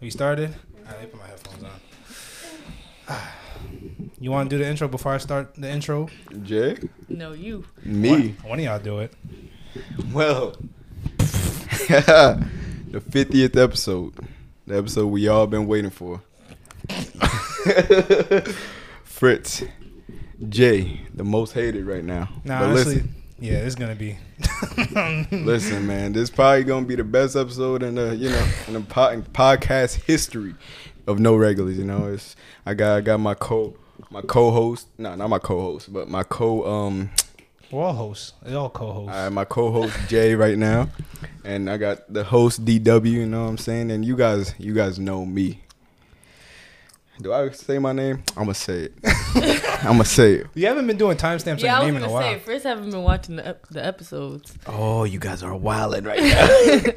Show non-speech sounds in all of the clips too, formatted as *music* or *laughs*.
We started. I put my headphones on. *sighs* You want to do the intro before I start the intro? Jay? No, you. Me? One of y'all do it. Well. *laughs* the 50th episode. The episode we all been waiting for. *laughs* Fritz. Jay, the most hated right now. Nah, But honestly, listen, yeah, it's gonna be. *laughs* listen, man. This probably gonna be the best episode in the you know in the po- in podcast history of no regulars. You know, it's I got I got my co my co-host. No, not my co-host, but my co um We're all hosts. They're all co-hosts. I have my co-host Jay right now, and I got the host DW. You know what I'm saying? And you guys, you guys know me. Do I say my name? I'ma say it. *laughs* I'ma say it. You haven't been doing timestamps yeah, I on your was name in a gonna while. say first I haven't been watching the, ep- the episodes. Oh, you guys are wilding *laughs* right now.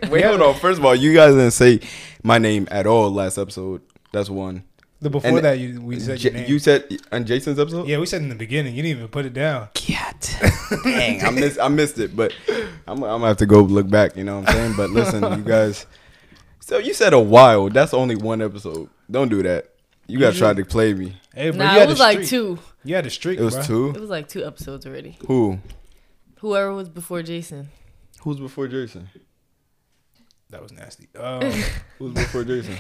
Wait, hold on. First of all, you guys didn't say my name at all last episode. That's one. the before and- that, you, we said your J- name. you said on Jason's episode. yeah, we said in the beginning. You didn't even put it down. Dang, I missed I missed it, but I'm, I'm gonna have to go look back. You know what I'm saying? But listen, you guys. So you said a while. That's only one episode. Don't do that. You guys tried to play me. Hey, bro, Nah, you had it a was like streak. two. You had a streak. It was bro. two. It was like two episodes already. Who? Whoever was before Jason. Who's before Jason? That was nasty. *laughs* Um, Who's before Jason?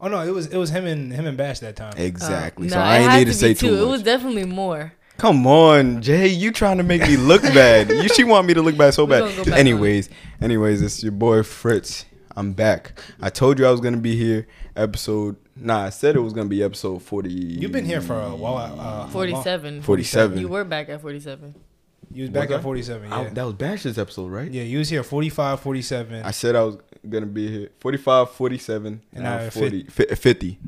oh no, it was it was him and him and Bash that time. Uh, Exactly. so nah, I it ain't had need to, say be too two. much. It was definitely more. Come on, Jay. You trying to make me *laughs* look bad? You she want me to look bad so We bad. gonna go back on anyways, anyways, it's your boy Fritz. I'm back. I told you I was gonna be here. Episode. Nah, I said it was gonna be episode forty. You've been here for a while. Uh, Uh-huh. Forty-seven. 47. You were back at forty-seven. You was back Was at I? 47. Yeah. I- that was Bash's episode, right? Yeah, you was here 45, 47. I said I was gonna be here 45, 47, And and now now at 40, fi- 50.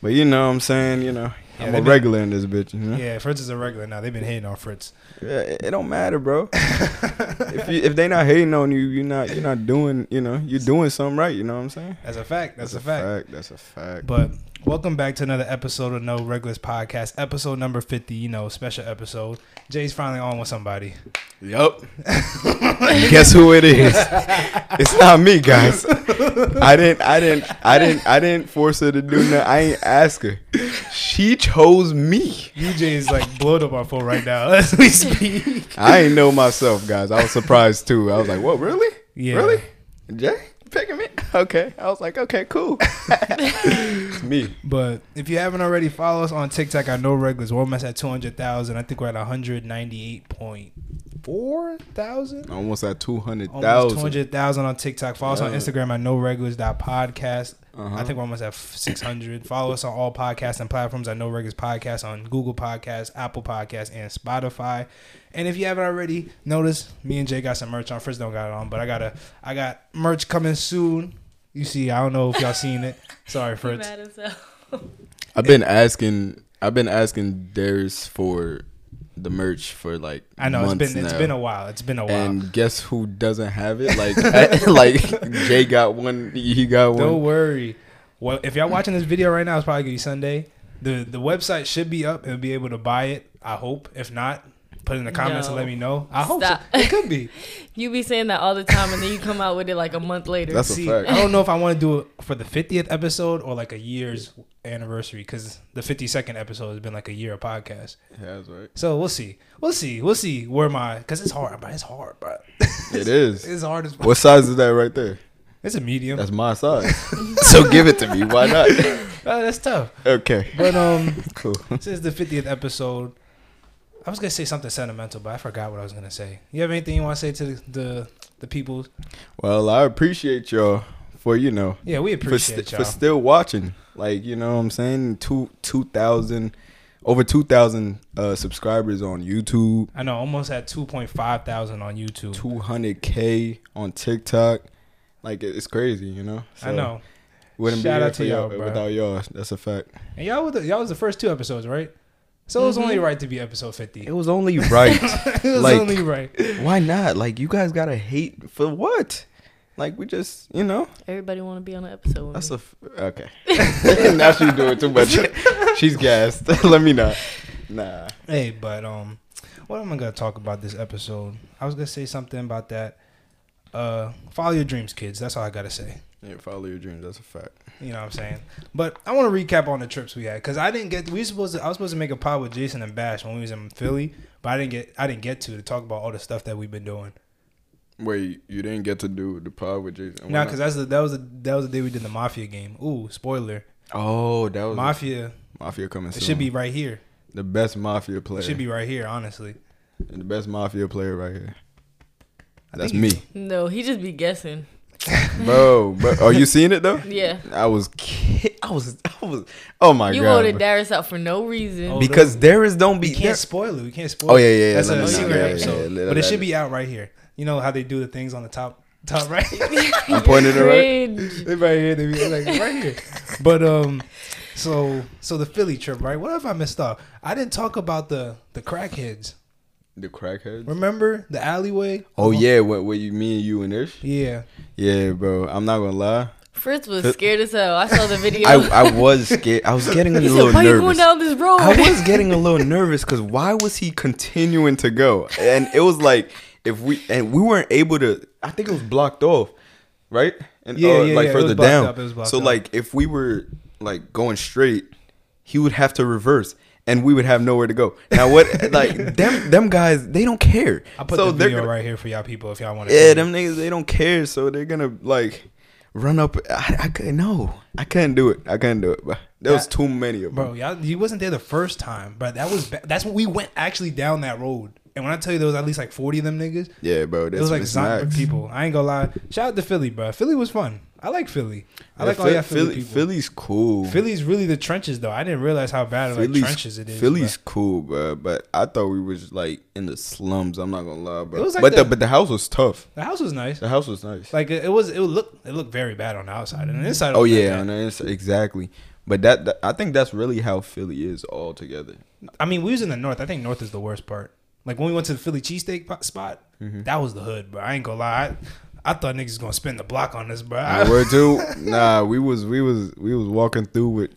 But you know what I'm saying, you know, Yeah, I'm they a been- regular in this bitch. You know? yeah. yeah, Fritz is a regular now. They've been hating on Fritz. it it don't matter, *laughs* bro. if you if they not hating on you, you're not you're not doing you know you're doing something right. You know what I'm saying? That's a fact. That's, a, fact. That's a fact. But welcome back to another episode of No Regulars Podcast, episode number 50, you know, special episode. Jay's finally on with somebody. Yup. *laughs* Guess who it *laughs* is? It's not me, guys. I didn't. I didn't. I didn't. I didn't force her to do nothing. I ain't ask her. She chose me. UJ is like blowed up on phone right now *laughs* as we speak. I ain't know myself, guys. I was surprised too. I was like, "What? Really? Yeah. Really? Jay picking me? Okay." I was like, "Okay, cool." *laughs* it's me. But if you haven't already, follow us on TikTok at No Regulars. We're almost at 200,000. I think we're at 198.4 thousand. Almost at two hundred almost two thousand. hundred thousand on TikTok. Follow us on Yeah. Instagram at no regulars podcast. Uh-huh. I think we're almost at six hundred. Follow us on all podcasts and platforms at no regulars podcast on Google Podcasts, Apple Podcasts, and Spotify. And if you haven't already noticed, me and Jay got some merch on. First, don't got it on, but I got a I got merch coming soon. You see, I don't know if y'all seen it. Sorry, Fritz. Mad as hell. I've been asking. I've been asking Darius for the merch for like. I know it's months been it's now. been a while. It's been a while. And guess who doesn't have it? Like, *laughs* like Jay got one. He got one. Don't worry. Well, if y'all watching this video right now, it's probably gonna be Sunday. the The website should be up. It'll be able to buy it. I hope. If not, put it in the comments and No. let me know. I hope so. Stop. it could *laughs* be. *laughs* You be saying that all the time, and then you come out with it like a month later. That's a See, fact. I don't know if I want to do it for the 50th episode or like a year's anniversary because the 52nd episode has been like a year of podcast. Yeah, that's right. So we'll see. We'll see. We'll see where my because it's hard, but it's hard, bro. *laughs* It is. It's hard as fuck. What size is that right there? It's a medium. That's, That's *laughs* my size. so give it to me. Why not? uh, that's tough. Okay. But um, Cool. Since the 50th episode, I was gonna say something sentimental, but I forgot what I was gonna say. You have anything you want to say to the the, the people? Well, I appreciate y'all for you know Yeah, we for, st- appreciate for y'all. still watching. Like you know what I'm saying two two thousand over two thousand uh, subscribers on YouTube, I know, almost at 2.5 thousand on YouTube. two hundred k on TikTok. Like it- it's crazy, you know. I know, Wouldn't Shout be out here for to y'all, y'all, bro. without y'all. That's a fact. and y'all was the, y'all was the first two episodes, right? So it was only right to be episode 50. It was only *laughs* right. *laughs* it was like- only right. Why not? Like you guys gotta hate for what? Like we just you know Everybody want to be on an episode. With That's me. a f- okay. *laughs* now she's doing too *laughs* much. she's gassed. *laughs* Let me not. Nah. Hey, but um, what am I gonna talk about this episode? I was gonna say something about that. Uh, uh, follow your dreams, kids. That's all I gotta say. Yeah, follow your dreams. That's a fact. You know what I'm saying? But I want to recap on the trips we had because I didn't get. We were supposed to. I was supposed to make a pod with Jason and Bash when we was in Philly, but I didn't get. I didn't get to to talk about all the stuff that we've been doing. Wait, you didn't get to do the pod with Jason? Why No, not? because that's the that was the that was the day we did the Mafia game. Ooh, spoiler! oh, that was mafia. Mafia. Mafia coming soon. It should be right here. the best mafia player. It should be right here. Honestly, the best mafia player right here. That's think me, *laughs* No, he just be guessing. bro. *laughs* But are Oh, you seeing it though? Yeah. I was, ki- I was, I was. Oh my you god! voted Darius out for no reason. Oh, because there is don't be. we can't spoil it. We can't spoil. Oh, it. yeah, yeah, yeah. That's Let a me know. secret Yeah, yeah, episode. yeah. Let- but it let- should be out right here. You know how they do the things on the top top *laughs* right. *laughs* I pointed it right. Cringe. They right here. They be like right here. But um, so so the Philly trip, right? What if I missed off? I didn't talk about the the crackheads. The crackhead. Remember the alleyway? Oh yeah, what what you mean you and Ish? Yeah. Yeah, bro. I'm not gonna lie. Fritz was scared as hell. I *laughs* saw the video. I I was scared. I was getting a *laughs* he little said, "Why you nervous. going down this road?" *laughs* I *laughs* was getting a little nervous because why was he continuing to go? And it was like if we and we weren't able to. I think it was blocked off, right? And Yeah, uh, yeah, like yeah, it was further blocked down. up, it was blocked so up. like if we were like going straight, he would have to reverse. And we would have nowhere to go. Now what? *laughs* Like them, them guys, they don't care. I put the they're video gonna- right here for y'all people if y'all want to. yeah, them niggas they don't care, so they're gonna like run up. I, I couldn't. No, I couldn't do it. I couldn't do it. But there was That- too many of them. bro. Y'all, you wasn't there the first time, but that was ba- that's when we went actually down that road. And when I tell you there was at least like forty of them niggas, Yeah, bro. it That's was like it's zombie nuts. people. I ain't gonna lie. Shout out to Philly, bro. Philly was fun. I like Philly. I like Yeah, all Phil- y'all Philly, Philly- people. Philly's cool. Philly's really the trenches though. I didn't realize how bad of like Philly's, trenches it is. Philly's cool, bro. But I thought we was like in the slums. I'm not gonna lie, bro. It was like but the, the- but the house was tough. bro. the house was nice. The house was nice. Like it, it was, it looked, it looked very bad on the outside and the inside. oh wasn't that yeah, bad. and it's, exactly. But that, that I think that's really how Philly is all together. I mean, we was in the north. I think north is the worst part. Like when we went to the Philly cheesesteak po- spot, Mm-hmm. that was the hood, bro. I ain't gonna lie. I, I thought niggas was gonna spin the block on this, bro. Nah, we're too. Nah, we was we was we was walking through with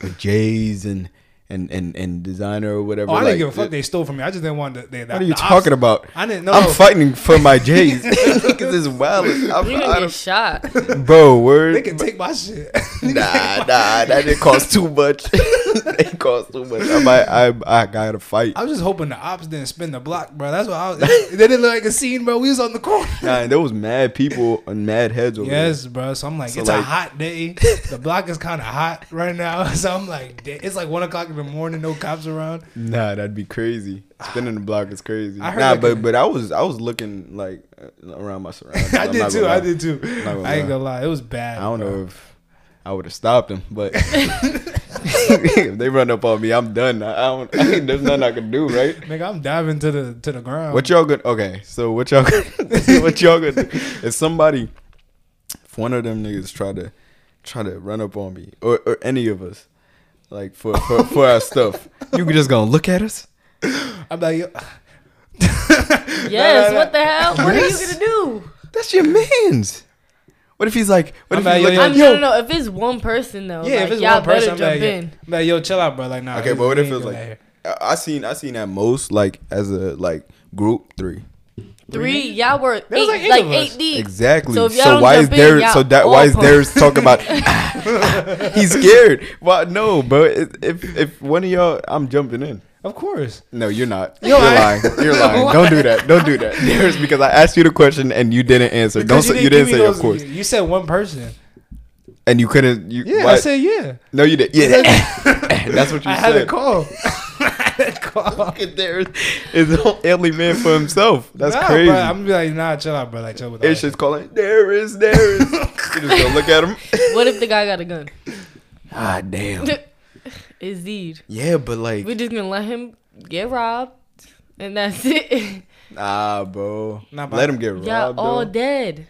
with J's and and and and designer or *laughs* whatever. Oh, I like, didn't give a fuck. They stole from me. I just didn't want to. They, What are you talking about? I didn't know. I'm fighting for *laughs* my *laughs* J's because it's wild. I'm, You gonna I get don't- *laughs* shot. bro, word. They can take my shit. *laughs* nah, nah, that didn't cost too much. *laughs* it cost too much. I might, I, I got to fight. I was just hoping the ops didn't spin the block, bro. That's what I was. *laughs* They didn't look like a scene, bro. We was on the *laughs* corner. Nah, there was mad people and mad heads over Yes, bro. So I'm like, So, it's a like- hot *laughs* day. The block is kind of hot right now. *laughs* So I'm like, da- it's like one o'clock in the morning. No cops around. *laughs* there. Nah, that'd be crazy. Spinning the block is crazy. I heard Nah, like but a- but I was I was looking like uh, around my surroundings. *laughs* I I'm did not too. gonna I lie. did too. not gonna I ain't lie. gonna lie. It was bad. I don't bro. know if I would have stopped them, *laughs* but *laughs* if they run up on me, I'm done. I, I don't. I mean, there's nothing I can do, right? Nigga, I'm diving to the to the ground. What y'all gonna okay? So what y'all *laughs* gonna what y'all gonna do? If somebody, if one of them niggas try to try to run up on me or, or any of us, like for for, for our stuff, you just gonna look at us? I'm like, yo, Yes. no, no. What the hell? What are you Yes. gonna do? That's your man's. What if he's like? What I'm if like, yo, he's like? yo, I'm Like, no, no, no. If it's one person though, yeah. like, if it's y'all one person, I'm better like, jump yeah. in. I'm like, yo, chill out, bro. Like, nah. Okay, we- but what we if ain't it's doing that like? here. I I seen I seen at most like as a like group three. Three, y'all were eight, was like like, eight eight, of us. deep. Exactly. So So, if y'all don't why is jump in, there? y'all so that all why is punk. there talking about? *laughs* *laughs* he's scared. Well, no, bro. If if- if one of y'all, I'm jumping in. Of course. No, you're not. Yo, you're I- lying. You're *laughs* lying. Don't do that. Don't do that. There's because I asked you the question and you didn't answer. Don't Because say you didn't give say me of those- course, You said one person. and you couldn't. You, Yeah, I what? said yeah. no. You did. Yeah, *laughs* that's what *laughs* you I said. had a *laughs* call. *laughs* I had a call. Look at there is an only E man for himself. That's nah, crazy. Bro, I'm gonna be like, nah, chill out, bro. Like, chill with it's that. just calling. There is. There *laughs* is. you just gonna look at him. *laughs* What if the guy got a gun? Ah, *laughs* damn. Indeed. Yeah, but like. We just gonna let him get robbed, and that's it. *laughs* Nah, bro. Nah, but- Let him get robbed. y'all all though. dead.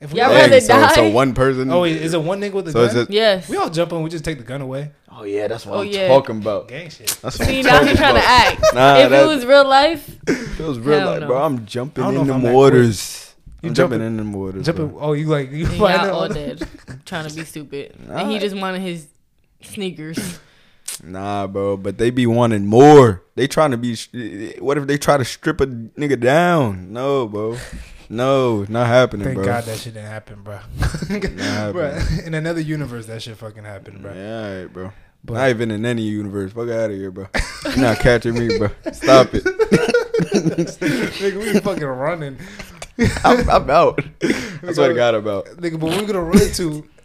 If we Y'all all- rather Dang, so, die. so one person. oh, wait, is it one nigga with a Mm. So gun? it's just, Yes. we all jump on. We just take the gun away. oh yeah, that's what Oh, I'm yeah. talking about. Gang shit. That's what *laughs* See, I'm now talking he's trying to about. act. *laughs* Nah, if that- it was real life, It was real Hell like, no. bro. I'm I jumping don't know in if I'm them that waters. You I'm jumping jumping- in them waters. Jump bro. in- oh, you like you then find y'all all out. dead, *laughs* trying to be stupid, and he Alright. just wanted his sneakers. Nah, bro. But they be wanting more. They trying to be. sh- What if they try to strip a nigga down? No, bro. No, not happening, Thank bro. God that shit didn't happen, bro. happened. Bruh, *laughs* In another universe, that shit fucking happened, bro. Yeah, all right, bro. But- Not even in any universe. Fuck out of here, bro. You're not catching *laughs* me, bro. Stop it. nigga, we fucking running. *laughs* I'm, I'm out. I swear to God, I'm out. Nigga, but we're gonna run to *laughs*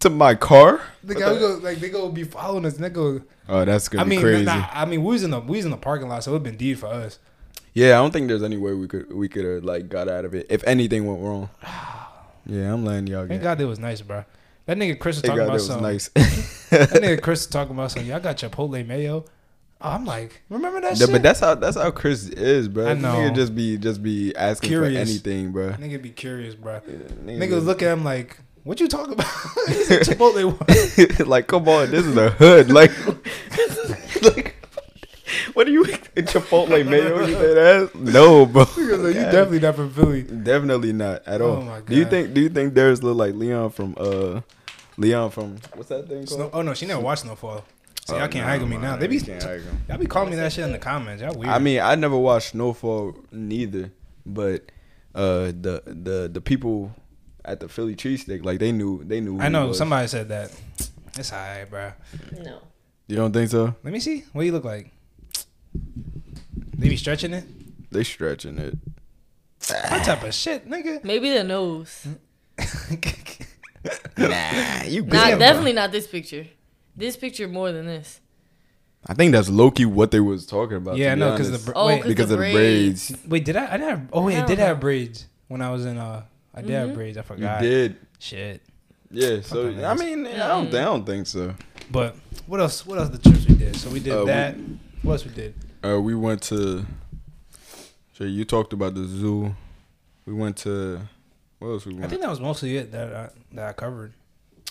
To my car? the guy. We go like they go be following us. Nigga, Oh, that's gonna I mean, be crazy. nah, I mean, we was in the we was in the parking lot, so it'd been deed for us. Yeah, I don't think there's any way we could we could have like got out of it if anything went *sighs* wrong. Yeah, I'm letting y'all Thank get. God it was nice, bro. That nigga Chris was Thank talking God that about was something. nice. *laughs* That nigga Chris was talking about something. Y'all got Chipotle mayo. Oh, I'm like, remember that Yeah, shit? but that's how that's how Chris is, bro. I This know. Nigga just be just be asking for Curious. anything, bro. nigga be curious, bro. Nigga, Nigga was looking at him like, what you talking about? *laughs* He *laughs* said Chipotle. one. *laughs* like, come on, this is the hood. Like, like, what do you Chipotle mayo? You say that? *laughs* No, bro. Nigga was like, you God. definitely not from Philly. definitely not at all. Oh my Do you God. think? Do you think there's look like Leon from uh, Leon from what's that thing called? Snow- oh no, she never watched Snowfall. So Oh, y'all can't nah, haggle me nah, now. They be you can't haggle. y'all be calling me that shit in the comments. Y'all weird. I mean, I never watched Snowfall neither, but uh, the the the people at the Philly cheesesteak like they knew they knew. who I he know was. somebody said that. It's alright, bro. No. You don't think so? Let me see. What you look like? They be stretching it. They stretching it. What type of shit, nigga? *laughs* Maybe the nose. Nah, you Nah, good. definitely not this picture. This picture more than this. I think that's Loki what they was talking about. yeah, I to be know because the honest. br- Oh, wait, 'cause- because the of the braids. wait, did I? I did have. Oh wait, I Hell did no. have braids when I was in. Uh, I did have braids. I You forgot. did. Shit. Yeah, so Fucking I mean, I don't, I don't think so. But what else? What else? The trips we did. So we did Uh, we- that. what else we did? Uh, we went to. So you talked about the zoo. We went to. What else we I went? think that was mostly it that I, that I covered.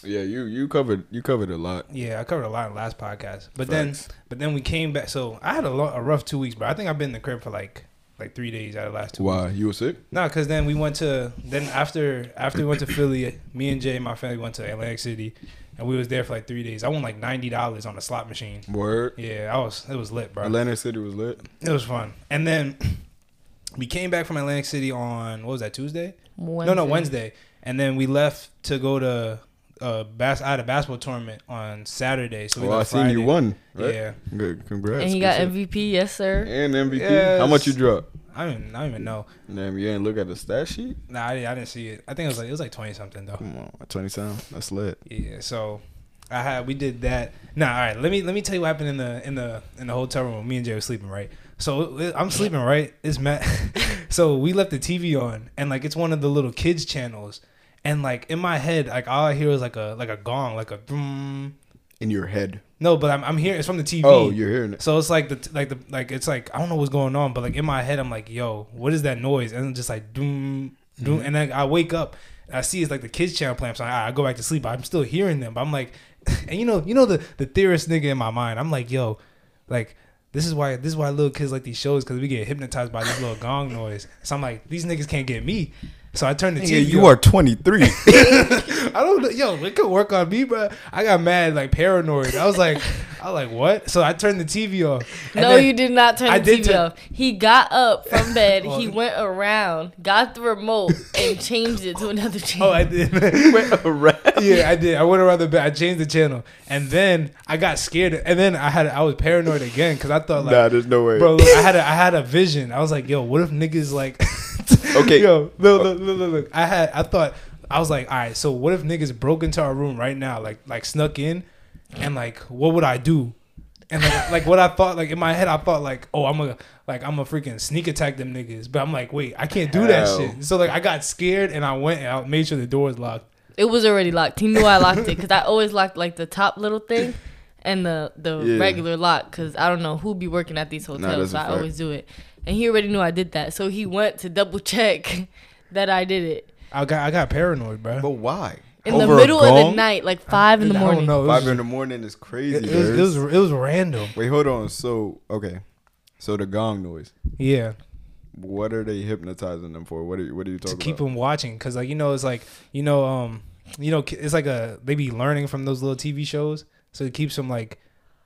yeah, you you covered you covered a lot. Yeah, I covered a lot in the last podcast. But Facts. then, but then we came back. So I had a, lo- a rough two weeks, but I think I've been in the crib for like like three days out of the last two. Why you were sick? No, because then we went to then after after we went to Philly, me and Jay, and my family went to Atlantic City, and we was there for like three days. I won like ninety dollars on a slot machine. Word. Yeah, I was it was lit, bro. Atlantic City was lit. It was fun. And then we came back from Atlantic City on what was that Tuesday? No, no Wednesday. And then we left to go to uh bas- I had a basketball tournament on Saturday. So we oh, I left seen Friday. you won. Right? Yeah, Good. Congrats. And he Good got shit. MVP, yes sir. and MVP. How Yes. much you drop? I don't, even, I don't even know. Damn, you ain't look at the stat sheet. Nah, I didn't, I didn't see it. I think it was like it was like twenty something though. Come on, twenty seven. That's lit. Yeah, so I had we did that. Nah, all right. Let me let me tell you what happened in the in the in the hotel room. Me and Jay were sleeping, right? So it- I'm sleeping, right? It's Matt. so we left the TV on, and like it's one of the little kids channels, and like in my head, like all I hear is like a like a gong, like a boom. In your head. No, but I'm I'm here. It's from the TV. Oh, you're hearing it. So it's like the t- like the like it's like I don't know what's going on, but like in my head I'm like, yo, what is that noise? And I'm just like doom doom, Mm-hmm. and then I wake up and I see it's like the kids channel playing. So I, I go back to sleep. but I'm still hearing them, but I'm like, *laughs* and you know you know the the theorist nigga in my mind. I'm like, yo, like. This is why this is why little kids like these shows because we get hypnotized by this little gong noise. So I'm like, these niggas can't get me. So I turn the Nigga, TV. you up. are *laughs* twenty three. I don't know. Yo, it could work on me, bro. I got mad, like paranoid. I was like, I was like, what? So I turned the TV off. And No, then- you did not turn I the did TV turn- off. He got up *laughs* from bed. Oh. he went around, got the remote, and changed it to another channel. Oh, I did. *laughs* yeah, I did. I went around the back. I changed the channel, and then I got scared. And then I had, I was paranoid again because I thought like, *laughs* nah, there's no way. bro, look, I had, a, I had a vision. I was like, yo, what if niggas like, *laughs* Okay. yo, look, look, look, look, look. I had, I thought, I was like, all right, so what if niggas broke into our room right now, like, like snuck in, and like, what would I do? And like, like what I thought, like in my head, I thought like, oh, I'm a like I'm a freaking sneak attack them niggas, but I'm like, wait, I can't do that Hell. shit. So like, I got scared and I went and I made sure the door was locked. It was already locked. He knew I locked it because I always locked like the top little thing and the the Yeah. regular lock because I don't know who be working at these hotels. that's a so I fact. always do it. And he already knew I did that, so he went to double check *laughs* that I did it I got I got paranoid, bro. But why? in Over the a middle of the gong? night, like five in the I don't morning. know. It was, Five in the morning is crazy. it, was, it, was, dude. it was random. Wait, hold on. So okay, so the gong noise. Yeah, What are they hypnotizing them for? What are you, What are you to talking keep about? them watching, cause like you know, it's like you know, um, you know, ki- it's like a they be learning from those little TV shows, so it keeps them like,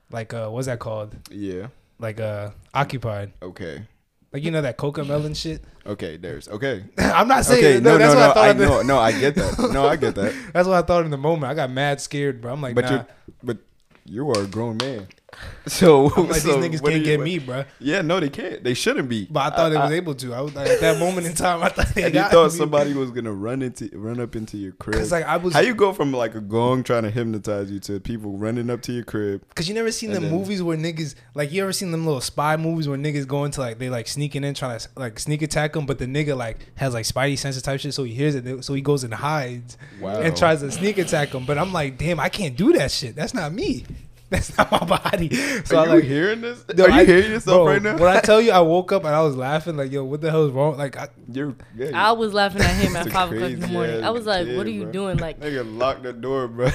like uh, what's that called? yeah. Like uh, occupied. Okay. Like you know that coca melon shit. *laughs* Okay, there's okay. I'm not saying Okay, no, no, no, That's no. what I thought. I, in the- no, no, I get that. No, *laughs* I get that. That's what I thought in the moment. I got mad scared, bro. I'm like, But nah. you're, but you are a grown man. *laughs* So, I'm *laughs* like so these niggas what do can't you- get me, bro. Yeah, no, they can't. They shouldn't be. But I thought they was able to. I was like, at that moment in time, I *laughs* thought they and you got thought me. somebody was gonna run into run up into your crib. 'Cause, like, I was- How you go from like a gong trying to hypnotize you to people running up to your crib? Cause you never seen And the then- movies where niggas like you ever seen them little spy movies where niggas go into like they like sneaking in trying to like sneak attack them, but the nigga like has like spidey senses type shit, so he hears it, so he goes and hides Wow. and tries to sneak attack them. But I'm like, damn, I can't do that shit. That's not me. *laughs* That's not my body. So Are I you like. hearing this? No, Are you I- hearing yourself bro, right now? When I tell you, I woke up and I was laughing like, "Yo, what the hell is wrong?" Like, I, *laughs* You're, yeah, I was laughing at *laughs* him It's at a five o'clock in the crazy morning. ass I was like, kid, "What are you bro. doing?" Like, nigga lock the door, *laughs* bro.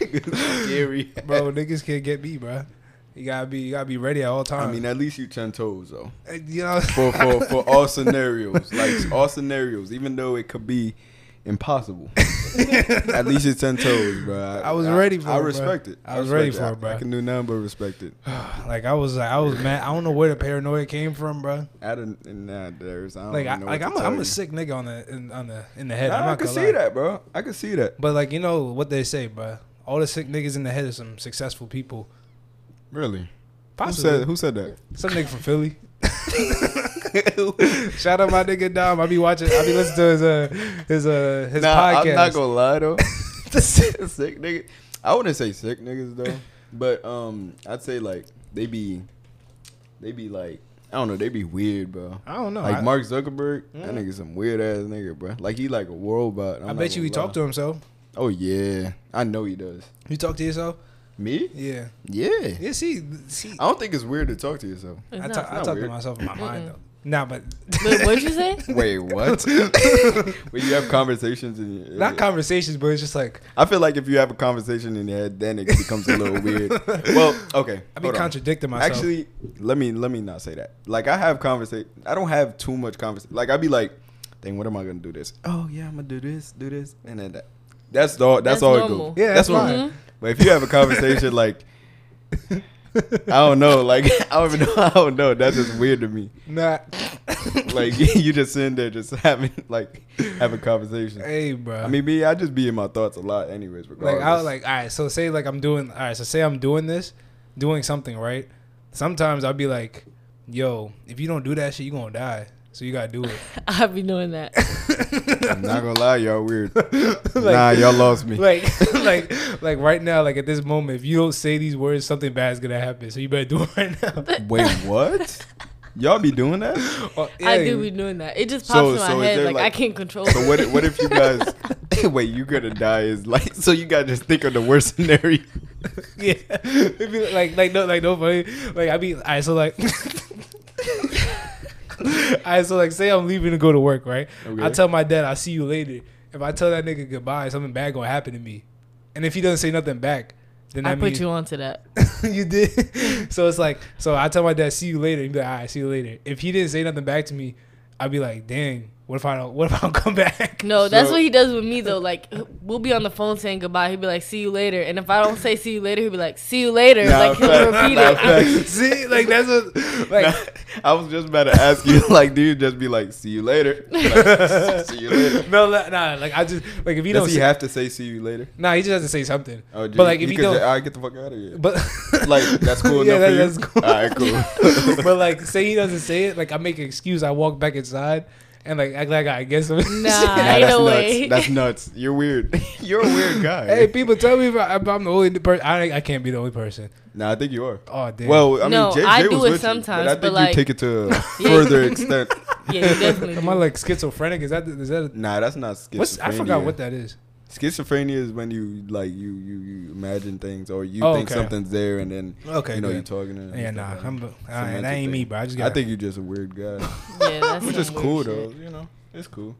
It's *laughs* scary. bro, niggas can't get me, bro. You gotta be, you gotta be ready at all I times. mean, uh, at least you ten toes though. you know, *sighs* For for for all scenarios, like all scenarios, even though it could be *laughs* impossible. at least you ten toes, bro. I was ready for I it, bro. respect it. I was ready respect for it, bro. I, I can do nothing but respect it. like I was, I was mad. I don't know where the paranoia came from, bro. I don't, nah, there's, I don't like I, know like what I'm to a, tell I'm you. a sick nigga on the in, on the in the head. I'm Nah, I not can gonna see lie. that, bro. I can see that. But like you know what they say, bro. All the sick niggas in the head are some successful people. Really? Who Possibly said who *laughs* said that? some nigga from Philly. Shout out my nigga Dom. I be watching. I be listening to his uh his uh his nah, podcast. I'm not gonna *laughs* lie though. *laughs* sick nigga. I wouldn't say sick niggas though, but um, I'd say like they be, they be like I don't know, they be weird, bro. I don't know. like Oh, I, Mark Zuckerberg, Mm. that nigga some weird ass nigga, bro. Like he like a robot. I bet you he talked to himself. Oh yeah, I know he does. You talk to yourself. Me? Yeah. Yeah. Yeah. See. See. I don't think it's weird to talk *laughs* to yourself. I, it's ta- it's I not talk to weird. myself in my mind Mm-mm. though. Nah, but Wait, what'd you say? *laughs* Wait, what? when you have conversations in your, not conversations, but it's just like I feel like if you have a conversation in your head, then it becomes a little *laughs* weird. Well, okay. I be hold on. contradicting myself. Actually, let me let me not say that. Like I have conversation. I don't have too much conversation. Like I'd be like, "Dang, what am I gonna do this? Oh yeah, I'm gonna do this, do this, and then that." That's the, all. That's, That's all normal. it goes. Yeah, that's normal. fine. Mm-hmm. But if you have *laughs* a conversation like, I don't know, like *laughs* I don't even know, I don't know. That's just weird to me. nah. Like *laughs* you just sitting there, just *laughs* having like having conversations. Hey, bro. I mean, me, I just be in my thoughts a lot, anyways. like Regardless. I like all right. So say like I'm doing all right. So say I'm doing this, doing something right. Sometimes I'll be like, yo, if you don't do that shit, you gonna die. So you gotta do it. *laughs* I'd be doing that. I'm not gonna lie, y'all weird. *laughs* Like- nah, y'all lost me. *laughs* like like like right now, like at this moment, if you don't say these words, something bad is gonna happen. So you better do it right *laughs* now. Wait, what? Y'all be doing that? Or- I yeah, do be doing that. It just So- pops in my so is head. there, Like, I like- can't control. So what? it. What if you guys? *laughs* wait, you gonna die is like so you guys just think of the worst scenario. yeah. It'd be like like no like no funny. Like I be I so like *laughs* I so like say I'm leaving to go to work, right? I Okay. tell my dad I'll see you later. If I tell that nigga goodbye, something bad gonna happen to me. And if he doesn't say nothing back, then I I put means you onto that. *laughs* you did. So it's like so I tell my dad see you later. He'd be like, all right, see you later. If he didn't say nothing back to me, I'd be like, dang, what if I don't what if I don't come back? No, that's So- what *laughs* he does with me though. Like we'll be on the phone saying goodbye. He'll be like, "See you later," and if I don't say "see you later," he'll be like, "See you later." Nah, like he'll facts. repeat Nah, it. *laughs* facts. see, *laughs* like that's what like I was just about to ask you, *laughs* like, do you just be like, see you later? *laughs* Like, see you later. no, no, nah, like I just like if *laughs* you don't Does he say- have to say see you later? Nah, he just has to say something. Oh, but like if you could don't, say, all right, get the fuck out of here. *laughs* but Like that's *laughs* cool Yeah, enough that- for you. that's cool. All *laughs* right, cool. but like say he doesn't say it, like I make an excuse. I walk back inside and like act like I guess him. *laughs* Nah, *laughs* Nah, ain't that's no nuts. way. That's nuts. You're weird. *laughs* You're a weird guy. hey, people, tell me if, I, if I'm the only person. I I can't be the only person. Nah, I think you are. Oh damn. Well, I No, mean, Jay, I Jay do was it with you, sometimes, but I but, think like- you take it *laughs* to a further extent. *laughs* yeah, he definitely. am do. I like schizophrenic? Is that is that a, Nah, that's not schizophrenia. what's? I forgot what that is. schizophrenia is when you like you you, you imagine things or you Oh, think okay. something's there and then Okay, you know good. you're talking to Yeah, stuff nah, like I'm, that. uh, It's a that mental ain't thing. me, bro. I just I got. think you're just a weird *laughs* guy, Yeah, that's which some is weird cool shit. though. You know, it's cool.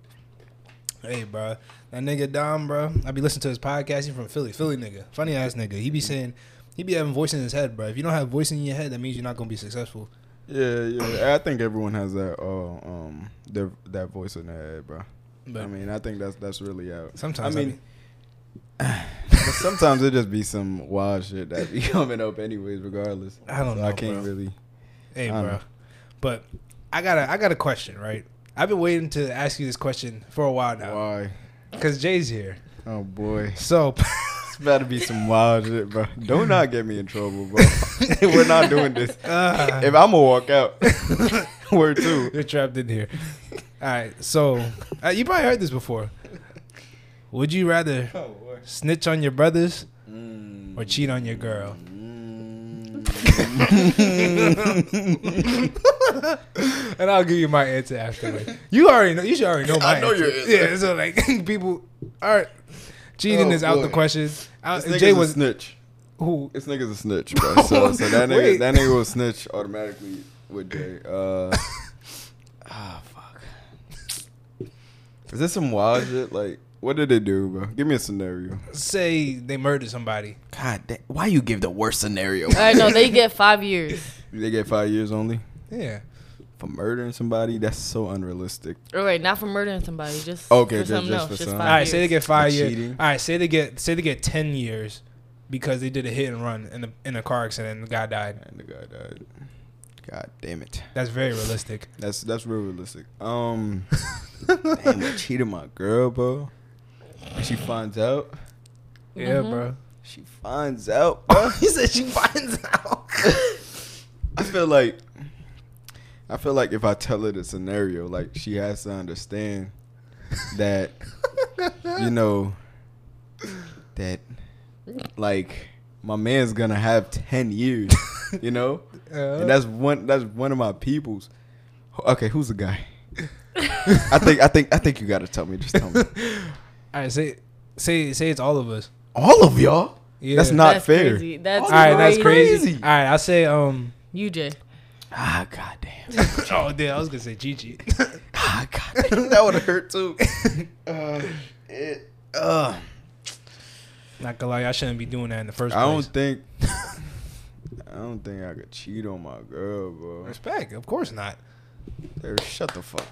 Hey, bro, that nigga Dom, bro. I be listening to his podcast. He from Philly, Philly nigga, funny ass nigga. He Mm. be saying, he be having voice in his head, bro. If you don't have voice in your head, that means you're not gonna be successful. Yeah, yeah. I think everyone has that uh, um their, that voice in their head, bro. But I mean, I think that's that's really out. sometimes I mean, *laughs* but sometimes it just be some wild shit that *laughs* be coming up anyways, regardless. I don't So know, I bro. can't really. Hey, I don't bro. know. But I got a I got a question, right? I've been waiting to ask you this question for a while now Why? because Jay's here. Oh boy, So *laughs* it's about to be some wild shit, bro. Don't not get me in trouble, bro. *laughs* We're not doing this. uh, If I'm gonna walk out, *laughs* word two. *laughs* you're trapped in here. All right, so uh, you probably heard this before. Would you rather Oh boy. snitch on your brothers or cheat on your girl? and I'll give you my answer afterward. *laughs* You already know. You should already know my. I know answer. your answer. Yeah. So like, *laughs* people are cheating Oh, is out the boy. question. Out, This nigga's Uh, Jay a was snitch. who? This nigga's a *laughs* snitch, bro. So, so that Wait. nigga, that nigga will snitch automatically with Jay. Uh, ah, fuck. Is this some wild shit? Like, what did it do, bro? Give me a scenario. Say they murdered somebody. God, damn, why you give the worst scenario? I know they get five years they get five years only Yeah. for murdering somebody. That's so unrealistic. All right, not for murdering somebody, just Okay, for just- something just else, for just some- All five right. years. Say they get five For years. cheating. All right. Say they get say they get ten years because they did a hit and run in a in a car accident and the guy died. And the guy died. God damn it. That's very realistic. That's that's real realistic. Um, *laughs* damn, I cheated my girl, bro. And she finds out. Yeah, Mhm. bro. She finds out, bro. he said she finds out. *laughs* *laughs* I feel like I feel like if I tell her the scenario, like she has to understand that you know that like my man's gonna have ten years, you know, Uh, and that's one that's one of my peoples. Okay, who's the guy? I think I think I think you gotta tell me. Just tell me. all right. Say say say it's all of us. All of y'all. Yeah. That's not fair. Crazy. That's All All right, that's crazy. crazy. Crazy. All right, I'll say um. You Jay. Ah, goddamn. *laughs* oh, damn, I was gonna say Gigi. *laughs* Ah, goddamn. That would have hurt too. Uh, it, uh. Not gonna lie, I shouldn't be doing that in the first I don't place. think. I don't think I could cheat on my girl, bro. respect. Of course not. There, shut the fuck.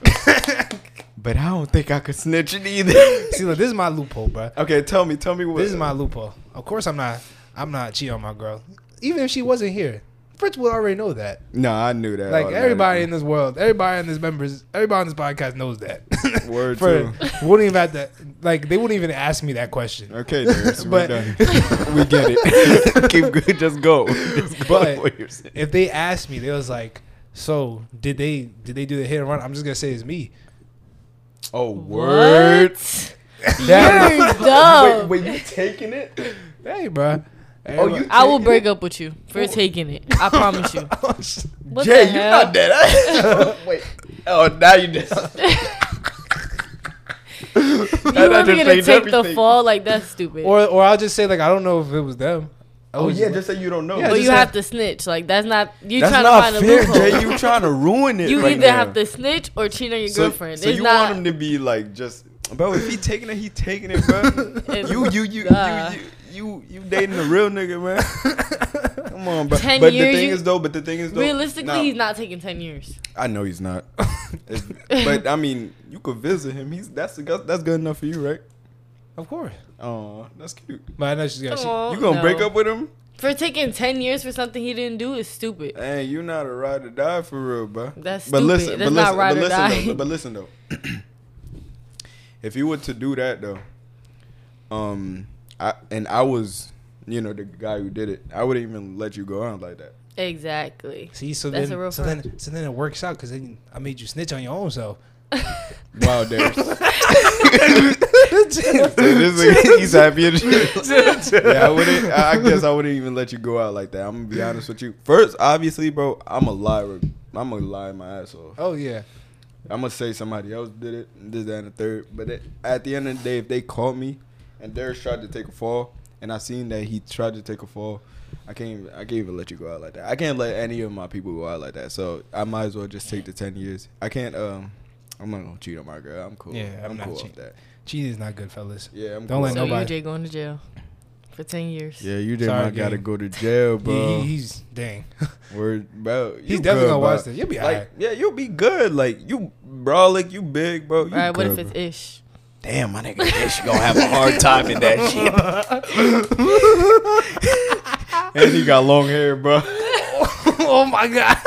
up. but I don't think I could snitch it *laughs* either. See, look, this is my loophole, bro. okay, tell me, tell me what. This is my loophole. Of course, I'm not. I'm not cheating on my girl, even if she wasn't here. Fritz would already know that. No, I knew that. Like everybody in automatically. this world, everybody in this members, everybody on this podcast knows that. *laughs* Word For- too. *laughs* Wouldn't even have to. Like they wouldn't even ask me that question. Okay, Darius, But- we're done. we get it. *laughs* Keep good. *laughs* Just go. Just go But- with what you're saying. if they asked me, they was like, "So did they did they do the hit and run?" I'm just gonna say it's me. oh, word. What? *laughs* That- You're dumb. Wait, wait, you taking it? hey, bro. Oh, you- I will break up with you for taking it. I promise *laughs* you. What Jay, the you're hell? not *laughs* dead. *laughs* wait. Oh, now you just. *laughs* You Now that just weren't gonna take changed the everything. fall like that's stupid. Or, or or I'll just say like I don't know if it was them. I Oh was yeah, like- just say you don't know. Yeah, but just you have- have to snitch. Like that's not you That's trying not to find fair, a loophole. Jay. You trying to ruin it. *laughs* You right either now. have to snitch or cheat on your So, girlfriend. so it's you not. *laughs* want him to be like just, bro? If he taking it, he taking it, *laughs* bro. It's- you, you, you, Nah. you, you, you, you dating a real nigga, man. Come on, bro. Ten but years, the thing you- is though, but the thing is though, realistically, nah, he's not taking ten years. I know he's not. *laughs* *laughs* It's- but I mean, you could visit him. He's that's that's good enough for you, right? of course. Oh, that's cute. But I know she's got. Come She, on, you gonna Oh, no. break up with him? for taking ten years for something he didn't do is stupid. Hey, you're not a ride or die for real, bro. That's but stupid. listen, That's but not listen, ride but or listen die. though. But listen though, *clears throat* if you were to do that though, um, I and I was, you know, the guy who did it, I wouldn't even let you go on like that. Exactly. see, so That's a then real so friend. then so then it works out because then I made you snitch on your own *laughs* self. Wow, Darius, Chill, This nigga, he's happy. as shit. yeah, I wouldn't. I I guess I wouldn't even let you go out like that. I'm gonna be honest with you. First, obviously, bro, I'm a liar. I'm gonna lie my ass off. *laughs* oh yeah, I'm gonna say somebody else did it, and this, that, and the third. But it, at the end of the day, if they caught me, and Darius tried to take a fall, and I seen that he tried to take a fall, I can't. Even, I can't even let you go out like that. I can't let any of my people go out like that. So I might as well just take the ten years. I can't. Um, I'm not gonna cheat on my girl. I'm cool. Yeah, I'm I'm, not cool cheating. with that. cheating's not good, fellas. Yeah, I'm. Don't cool let with So that. nobody- you Jay going to jail for ten years. Yeah, you did Sorry, not gotta gang. go to *laughs* jail, He- bro. he- he's dang. *laughs* Word, bro. you He's definitely good, gonna bro. watch this. You'll be Like, alright. yeah, you'll be good. Like you, bro. Like you big, bro. You All right. What good, if bro. it's Ish? Damn, my nigga, Ish gonna have a hard time in that *laughs* shit. *laughs* and he got long hair, bro. oh my god.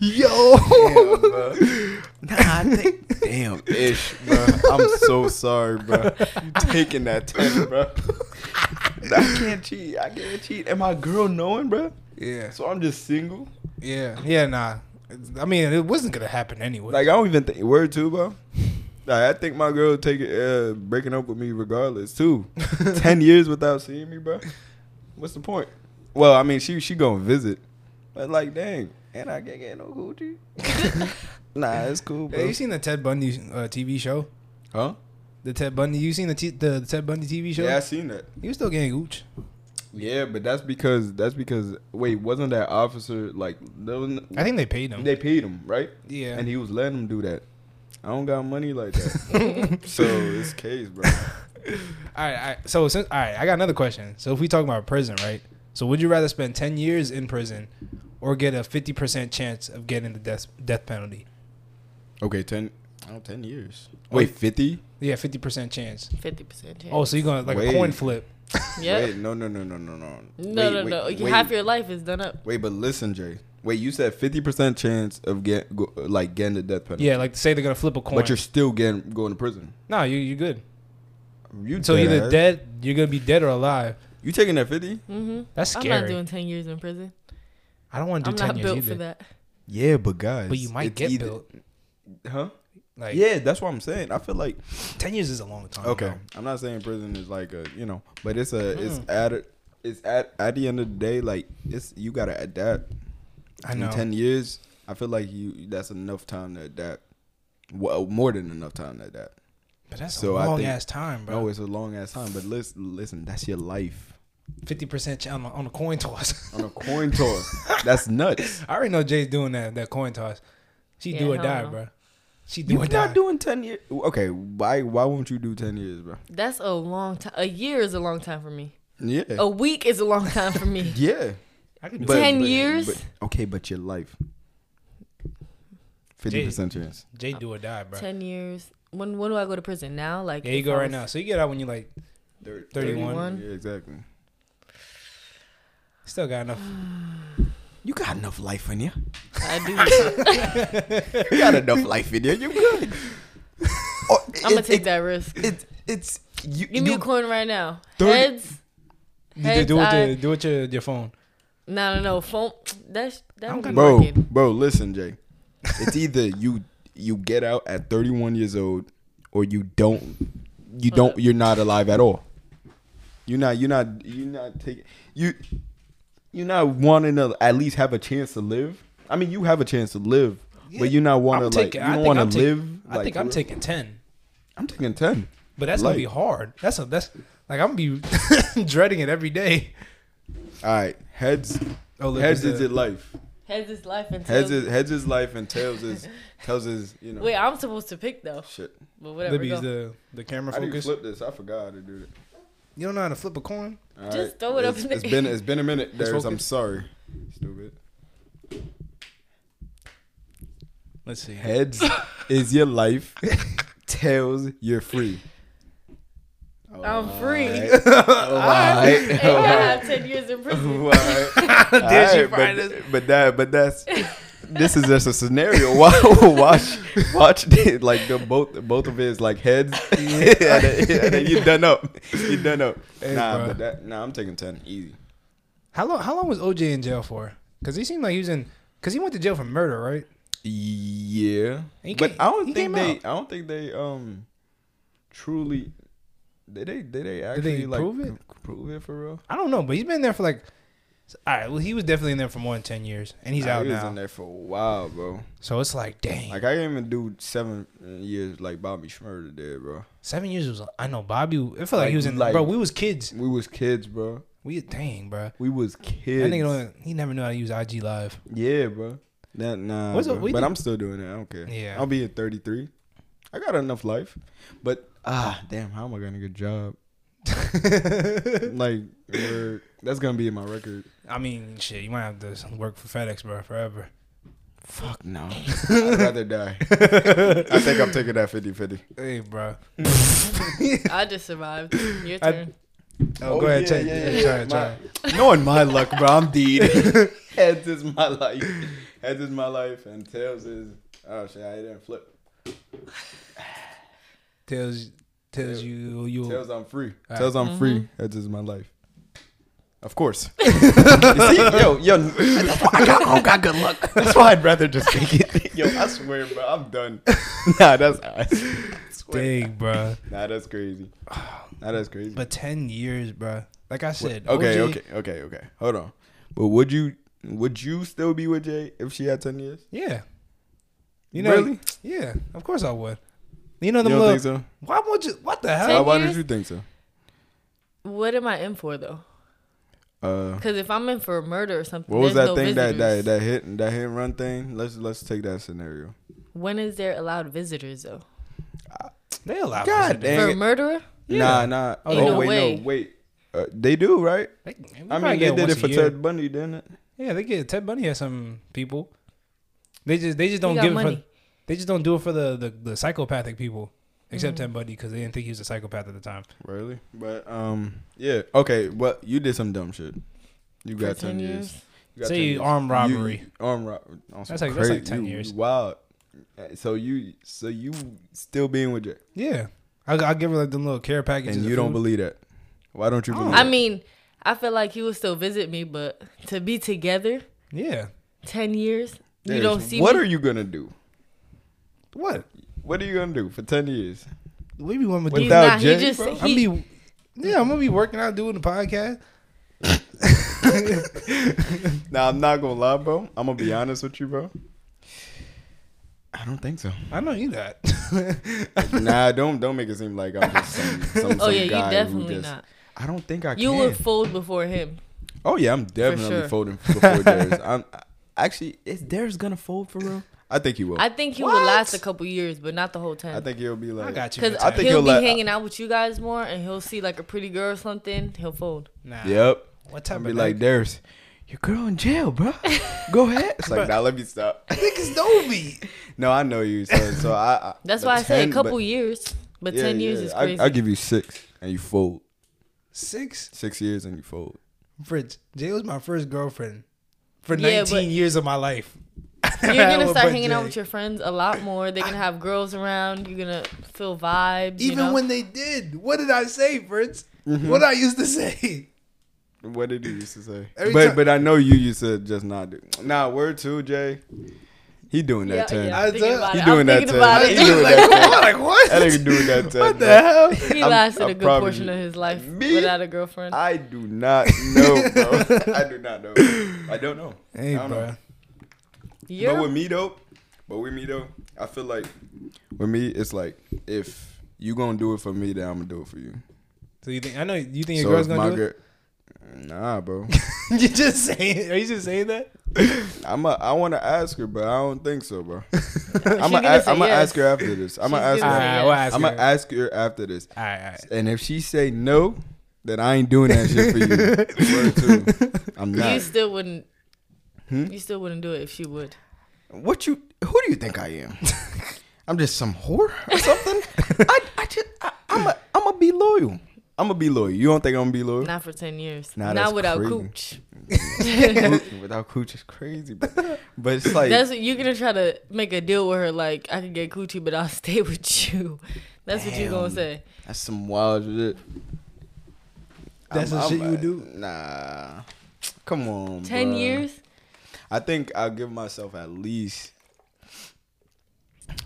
Yo. Damn, bro. Nah, I think. Damn, ish, bro. I'm so sorry, bro. *laughs* You taking that 10, bro. I can't cheat. I can't cheat. And my girl knowing, bro. Yeah, So I'm just single. yeah, yeah. Nah, I mean, it wasn't gonna happen anyway. *laughs* Like, I *laughs* don't even think. Word, too, bro. Like, I think my girl take it, uh, breaking up with me regardless, too. *laughs* 10 years without seeing me, bro. What's the point? Well, I mean, she she gonna visit. But, like, dang. And I can't get no coochie. nah, it's cool, Hey, bro. you seen the Ted Bundy uh, TV show? Huh? The Ted Bundy. You seen the, t- the the Ted Bundy TV show? Yeah, I seen that. He was still getting gooch. Yeah, but that's because that's because wait, wasn't that officer like there was n- I think they paid him. they paid him right? yeah. And he was letting him do that. I don't got money like that, so it's case, bro. all right. I, so since all right, I got another question. So if we talk about prison, right? So would you rather spend ten years in prison, or get a fifty percent chance of getting the death death penalty? Okay, ten. Oh, 10 years. Wait, Wait, fifty? Yeah, fifty percent chance. Fifty percent chance. Oh, so you're gonna like Wait. a coin flip? yeah. Wait, no, no, no, no, no, no. no, Wait, no, wait, no. You- Wait, Half your life is done up. wait, but listen, Jay. Wait, you said fifty percent chance of get go, like getting the death penalty. Yeah, like say they're gonna flip a coin. but you're still getting going to prison. no, you you good. You So either ass. dead, you're gonna be dead or alive. You taking that fifty? Mm-hmm. That's I'm scary. not doing ten years in prison. I don't want to I'm do ten not years built either. for that. Yeah, but guys, But you might it's get either- built. huh? Like yeah, that's what I'm saying. I feel like ten years is a long time. okay. bro. I'm not saying prison is like a you know, but it's a it's Hmm. at a, it's at at the end of the day like it's you gotta adapt. I In know. ten years, I feel like you that's enough time to adapt. Well, more than enough time to adapt. But that's So a I long think- ass time, No, bro. it's a long ass time, but listen, listen, that's your life Fifty percent on, on a coin toss. *laughs* on a coin toss. that's *laughs* nuts. I already know Jay's doing that that coin toss. She Yeah, do or hell die, no. bro. She do You're or die. not doing ten years. Okay, why why won't you do ten years, bro? That's a long time. A year is a long time for me. Yeah, A week is a long time *laughs* for me. yeah. I could do But- it. 10 years? but- okay, but your life. Fifty percent chance. Jay do or die, bro. Ten years. When when do I go to prison now? Like Yeah, you if go I right was- now. So you get out when you like Thirty-one. 31. Yeah, exactly. still got enough. Mm. You got enough life *laughs* in you. *laughs* I do. *laughs* You got enough life in you. You *laughs* good. Oh, I'm gonna it- take it- that risk. It, it's you. Give me you- a coin right now. Thirty- Heads. You do- do it. Heads, Your, I- do it your your phone. No, no, no. Phone. That's that would be bro, working. bro. Listen, Jay. It's either you you get out at 31 years old, or you don't. You Uh. don't. You're not alive at all. You're not. You're not. You're not taking. You. You're not wanting to at least have a chance to live. I mean, you have a chance to live, but you're not want I'm to like. taking- you I don't think I'm want to taking- live. I like, think I'm for- taking ten. I'm taking ten. But that's gonna be Like- hard. That's a that's like I'm gonna be *laughs* dreading it every day. All right, heads. Oh, look, heads it's is a- it *laughs* life. Heads is life and Heads tails. is heads is life, and tails *laughs* is tails is you know. Wait, I'm supposed to pick though. shit. But whatever. Libby's Go. the the camera How do you focus. You, flip this? I forgot how to do that. don't know how to flip a coin. All Just throw it up It's- in the it's been it's been a minute, Let's Darius. I'm focus. sorry. Stupid. Let's see. Heads is your life. Tails, you're free. I'm free. *laughs* Alright. Hey, I *laughs* have ten years in prison. she Alright, fried but, us. but that but that's this is just a scenario. Wa- *laughs* watch watch the, like the both both of his like heads. *laughs* and then- and then you done up. You done up. Hey, nah, bro. but that nah, I'm taking ten easy. How long? How long was OJ in jail for? Because he seemed like he was in. Because he went to jail for murder, right? Yeah, He but came- I don't he think came they. I don't think they um truly. Did they? Did they actually they like prove it? c- Prove it for real? I don't know, but he's been there for like. All right. Well, he was definitely in there for more than ten years, and he's Nah, out he was now. in there for a while, bro. So it's like, dang, Like I didn't even do seven years like Bobby Schmurder did, bro. seven years was. I know Bobby. It felt like, Like, he was in. like- bro, we was kids. We was kids, bro. We dang, bro. We was That kids. nigga don't, he never knew how to use IG Live. yeah, bro. That nah, What's up, bro. we but did- I'm still doing it. I don't care. Yeah. I'll be at 33. I got enough life, but ah, damn, how am I gonna get a *laughs* job? like, word. that's gonna be in my record. I mean, shit, you might have to work for FedEx, bro, forever. Fuck no. I'd rather die. I think I'm taking that 50 50. Hey, bro. I just survived. Your I- turn. Oh, go ahead, check. Yeah, try it, try it. *laughs* Knowing my luck, bro, I'm deed. Heads is my life. Heads is my life, and tails is oh shit, I didn't flip. Tells tells you you. Tails, I'm free. All Tails, I'm free. Heads is my life. *laughs* Of course. You see? yo, yo, *laughs* that's why I, got, I don't got good luck. *laughs* That's why I'd rather just take it. Yo, I swear, bro, *laughs* I'm done. Nah, that's I swear. Dang, bruh. Nah, that's crazy. Nah, that's crazy. But ten years, bruh. Like I said, okay, OJ okay, okay, okay. Hold on. But would you would you still be with Jay if she had ten years? Yeah. You know, Really? Yeah, of course I would. You know You them don't little. think so? Why would you? What the Why, hell? Ten why did years? you think so? What am I in for though? Uh, Because if I'm in for a murder or something, what was there's that no thing that, that visitors. that hit that hit and run thing? Let's let's take that scenario. When is there allowed visitors though? They allow. God visitors. Dang for a it. murderer? Nah, nah. Oh, Oh, they do. wait, Way. no, wait. Uh, they do right. They- we I probably mean, get they did once it a for year. Ted Bundy, didn't it? Yeah, they get Ted Bundy has some people. They just they just don't got give it for. money. They just don't do it for the the, the psychopathic people, Mm. except Ted Bundy because they didn't think he was a psychopath at the time. Really? But um, yeah. Okay. Well, you did some dumb shit. You got For ten, 10 years. years? got Say 10 you years. armed robbery. You, armed robbery. That's That's like- that's like 10 years. Wow. Uh, So you so you still being with Jay, Yeah, I I give her like them little care packages. and of you don't food. believe that. Why don't you believe? I that? mean, I feel like he would still visit me, but to be together Yeah. ten years, you There's- don't see What me. are you gonna do? What? What are you gonna do for ten years? We be one with He's these. Without- not. Jay, he just bro? I'm he, be. Yeah, I'm gonna be working out, doing the podcast. Now I'm not gonna lie, bro. I'm gonna be honest with you, bro. I don't think so. I know you not. nah, don't don't make it seem like I'm just some, *laughs* some, some Oh yeah, you guy definitely who just. not. *laughs* I don't think I You can. would fold before him. Oh yeah, I'm definitely sure. *laughs* folding before Darius. I'm actually is Darius gonna fold for real? I think he will. I I, think he What? would last a couple years, but not the whole time. think he'll be *laughs* like. I got you. Cause Natalia. I think he'll, he'll be let- hanging out with you guys more, and he'll see like a pretty girl or something. He'll fold. Nah. Yep. What I'll type be of like like Darius. Your girl in jail, bro. Go ahead. It's like, now let me *laughs* stop. niggas know me? No, I know you. So, so I, I. That's but why I say 10 a couple but- years, but yeah, ten years yeah. is crazy. I, I'll give you six, and you fold. Six. Six years, and you fold. Fritz. Jay was my first girlfriend for Yeah, 19 but- years of my life. You're gonna start hanging out with your friends a lot more. They're gonna have girls around. You're gonna feel vibes. you Even know? when they did, what did I say, Fritz? What I used to say. What did he used to say? Every but time- but I know you used to just not do. Nah, word too, Jay. He doing yeah, that ten. yeah, I I'm thinking was- about he it. doing I'm that thinking to- about he doing it. that to- like, what? I didn't do that ten. What the bro. hell? He I'm- lasted I'm a good probably- portion of his life Me? without a girlfriend. I do not know, *laughs* bro. I do not know. I don't know. *laughs* Hey, I don't bro. know. You're, But with me though, but with me though, I feel like with me it's like if you gonna do it for me, then I'm gonna do it for you. So you think I know you think your so girl's if gonna do girl, nah, bro. it? *laughs* you just saying? Are you just saying that? I'm a, I want to ask her, but I don't think *laughs* so, bro. She I'm gonna gonna a, say I'm gonna yes. ask her after this. I'm gonna ask She's gonna her. say Alright, we'll ask I'm gonna her. ask her after this. All right, all right. And if she say no, then I ain't doing that shit for *laughs* you. Word too. I'm you not. still wouldn't. Hmm? You still wouldn't do it if she would. What you? Who do you think I am? *laughs* I'm just some whore or something. *laughs* I, I just, I, I'm a, I'm a be loyal. I'm a be loyal. You don't think I'm gonna be loyal? Not for ten years. Nah, that's Not without crazy. cooch. Cooch- Without cooch is crazy, but, but it's like That's you're gonna try to make a deal with her. Like I can get coochie, but I'll *laughs* stay with you. That's what you're gonna Damn. say. that's some wild shit. That's the shit you would do? Nah, come on. Ten bruh. years. I think I'll give myself at least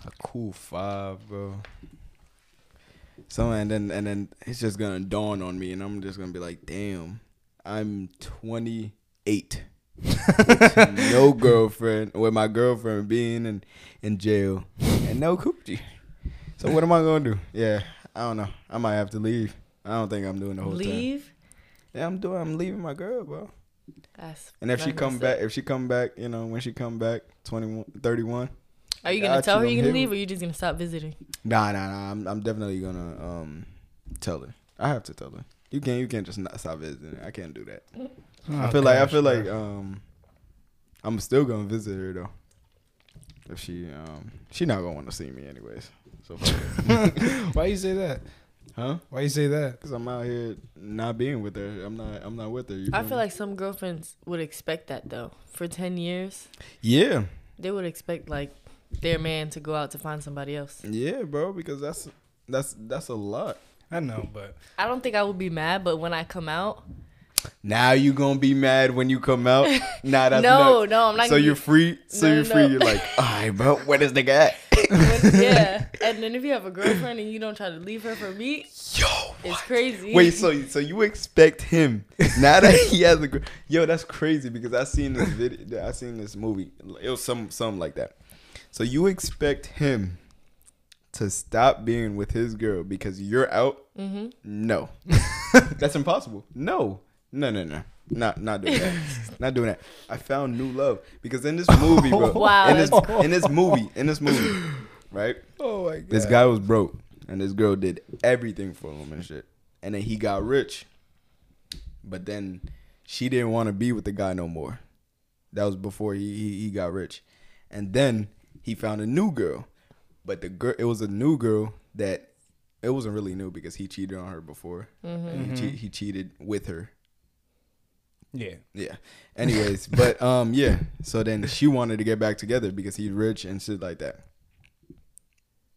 a cool five, bro. So and then and then it's just gonna dawn on me, and I'm just gonna be like, damn, I'm 28. with no girlfriend, with my girlfriend being in, in jail, and no coochie. So what am I gonna do? Yeah, I don't know. I might have to leave. I don't think I'm doing the whole thing. Leave. Yeah, I'm doing. I'm leaving my girl, bro. That's And if she that's come messed up. back, if she come back, you know, when she come back, 21, 31. are you gonna Got tell you, her I'm you're gonna here. leave, or you just gonna stop visiting? Nah, nah, nah. I'm, I'm definitely gonna um tell her. I have to tell her. You can't, you can't just not stop visiting. I can't do that. Oh, I feel like, I feel like, um, I'm still gonna visit her though. If *laughs* uh, she, um, she not gonna want to see me anyways. So fuck it. Why you say that? Huh? Why you say that? Because I'm out here not being with her. I'm not. I'm not with her. you I feel feel me? like some girlfriends would expect that though. For ten years, Yeah, they would expect like their man to go out to find somebody else. yeah, bro. Because that's that's that's a lot. I know, but I don't think I would be mad, but when I *laughs* come out, Now you gonna be mad when you come *laughs* out? Nah, that's No, nuts. no, I'm not So gonna you're be- free. So No, you're no, free. no. You're like, all right, bro. Where does the guy? when, yeah. And then if you have a girlfriend and you don't try to leave her for me, Yo. it's crazy. Wait, so so you expect him *laughs* now that he has a gr- yo? That's crazy because I seen this video. I seen this movie. It was some something like that. So you expect him to stop being with his girl because you're out? Mm-hmm. *laughs* No, that's impossible. No, no, no, no. Not not doing that. not doing that. I found new love because in this movie, *laughs* bro. Wow, In this in this movie, in this movie, right? oh my god, This guy was broke, and this girl did everything for him and shit. And then he got rich, but then she didn't want to be with the guy no more. That was before he, he he got rich, and then he found a new girl, but the girl it was a new girl that it wasn't really new because he cheated on her before. Mm-hmm. And he, che- he cheated with her. yeah, *laughs* Yeah. Anyways, *laughs* but um, yeah. So then she wanted to get back together because he's rich and shit like that.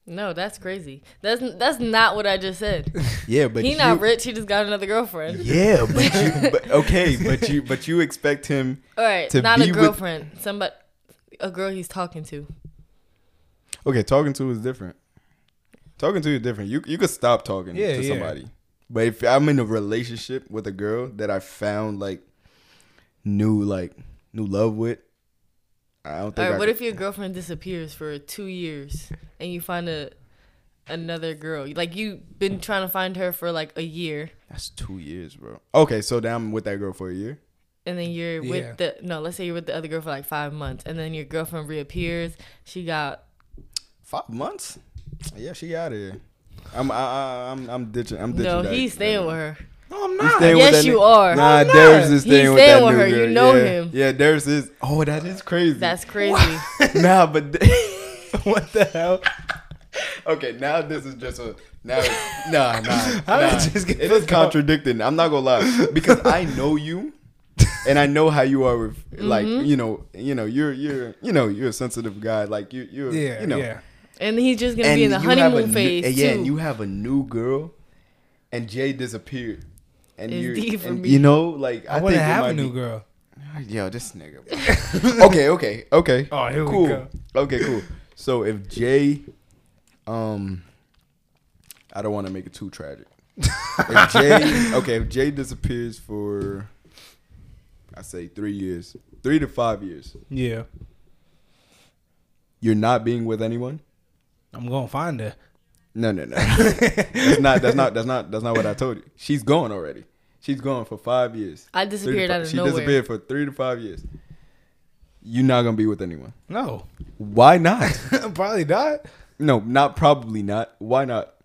No, that's crazy. That's that's not what I just said. Yeah, *laughs* but he not you- rich. He just got another girlfriend. *laughs* Yeah, but you but okay, but you but you expect him All right, To not be a with- girlfriend. Somebody, a girl he's talking to. Okay, talking to is different. Talking to is different. You you could stop talking Yeah, to yeah. somebody. But if I'm in a relationship with a girl that I found like new like new love with, I don't All think right, I what could- if your girlfriend disappears for two years and you find a another girl? Like you've been trying to find her for like a year, that's two years, bro. Okay, so then I'm with that girl for a year. and then you're Yeah. with the no. Let's say you're with the other girl for like five months, and then your girlfriend reappears. She got Five months? Yeah, she out of here. I'm I, I, I'm I'm ditching. I'm ditching. no. that- He's that- staying with her. no, I'm You not. staying with Ah, Yes, that you ni- are. Nah, I'm not. Darius is He's staying with that staying with new her. You girl. know yeah. him. Yeah, Darius is. Oh, that is crazy. That's crazy. *laughs* nah, but *laughs* what the hell? okay. Now this is just a *laughs* now. it's- Nah, nah. How nah. did you just get it is this out? contradicting. I'm not gonna lie because *laughs* I know you, and I know how you are with like Mm-hmm. you know you know you're you're you know you're a sensitive guy like you you're Yeah, you know yeah. and he's just gonna be in the you have honeymoon a phase New, too. yeah, and you have a new girl, and Jay disappeared. And It's you, deep for and, me. you know, like I, I, think wouldn't it have might a new be- girl. Yo, this nigga. bro. *laughs* okay, okay, okay. Oh, here we cool. go. Okay, cool. So if Jay, um, I don't want to make it too tragic. *laughs* if Jay, okay, if Jay disappears for, I say three years, three to five years, Yeah, you're not being with anyone. I'm gonna find her. No, no, no. that's not. That's not. That's not. That's not what I told you. She's gone already. She's gone for five years. I Three to disappeared fi- out of she nowhere. disappeared for three to five years. You're not gonna be with anyone. No, Why not? *laughs* probably not. No, not probably not. Why not?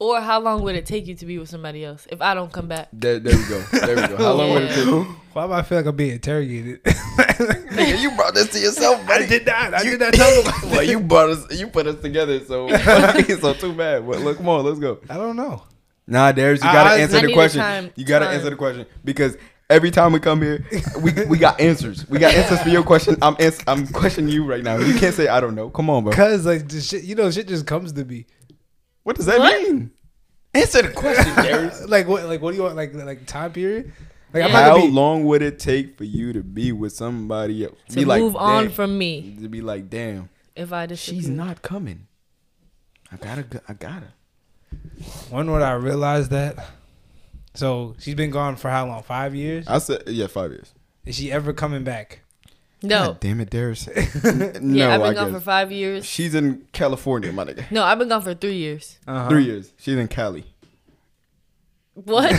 Or how long would it take you to be with somebody else if I don't come back? There, there we go. There we go. How long would it take? you? Why do I feel like I'm being *laughs* interrogated? Nigga, you brought this to yourself, buddy. I did not. I did not *laughs* talk about. *laughs* well, you brought us. You put us together, so *laughs* so too bad. But look, come on, let's go. I don't know. Nah, Darius, you I- gotta I- answer I the need a question. time- you gotta time. answer the question because every time we come here, we we got answers. We got answers for your question. I'm ans- I'm questioning you right now. You can't say I don't know. Come on, bro. Cause like the shit, you know, shit just comes to me. What does that What? mean? Answer the *laughs* question, *laughs* Darius. like what? Like what do you want? Like like time period? Like I'm not How gonna be. long would it take for you to be with somebody else? To be like, move on damn. from me to be like, damn, if I disappear. she's not coming. I gotta, go- I gotta. When would I realize that? So she's been gone for how long? Five years? I said, yeah, five years. Is she ever coming back? No. God damn it, Darius. *laughs* no, yeah, I've been I gone guess. for five years. She's in California, my nigga. No, I've been gone for *laughs* three years. Uh-huh. Three years. She's in Cali. What?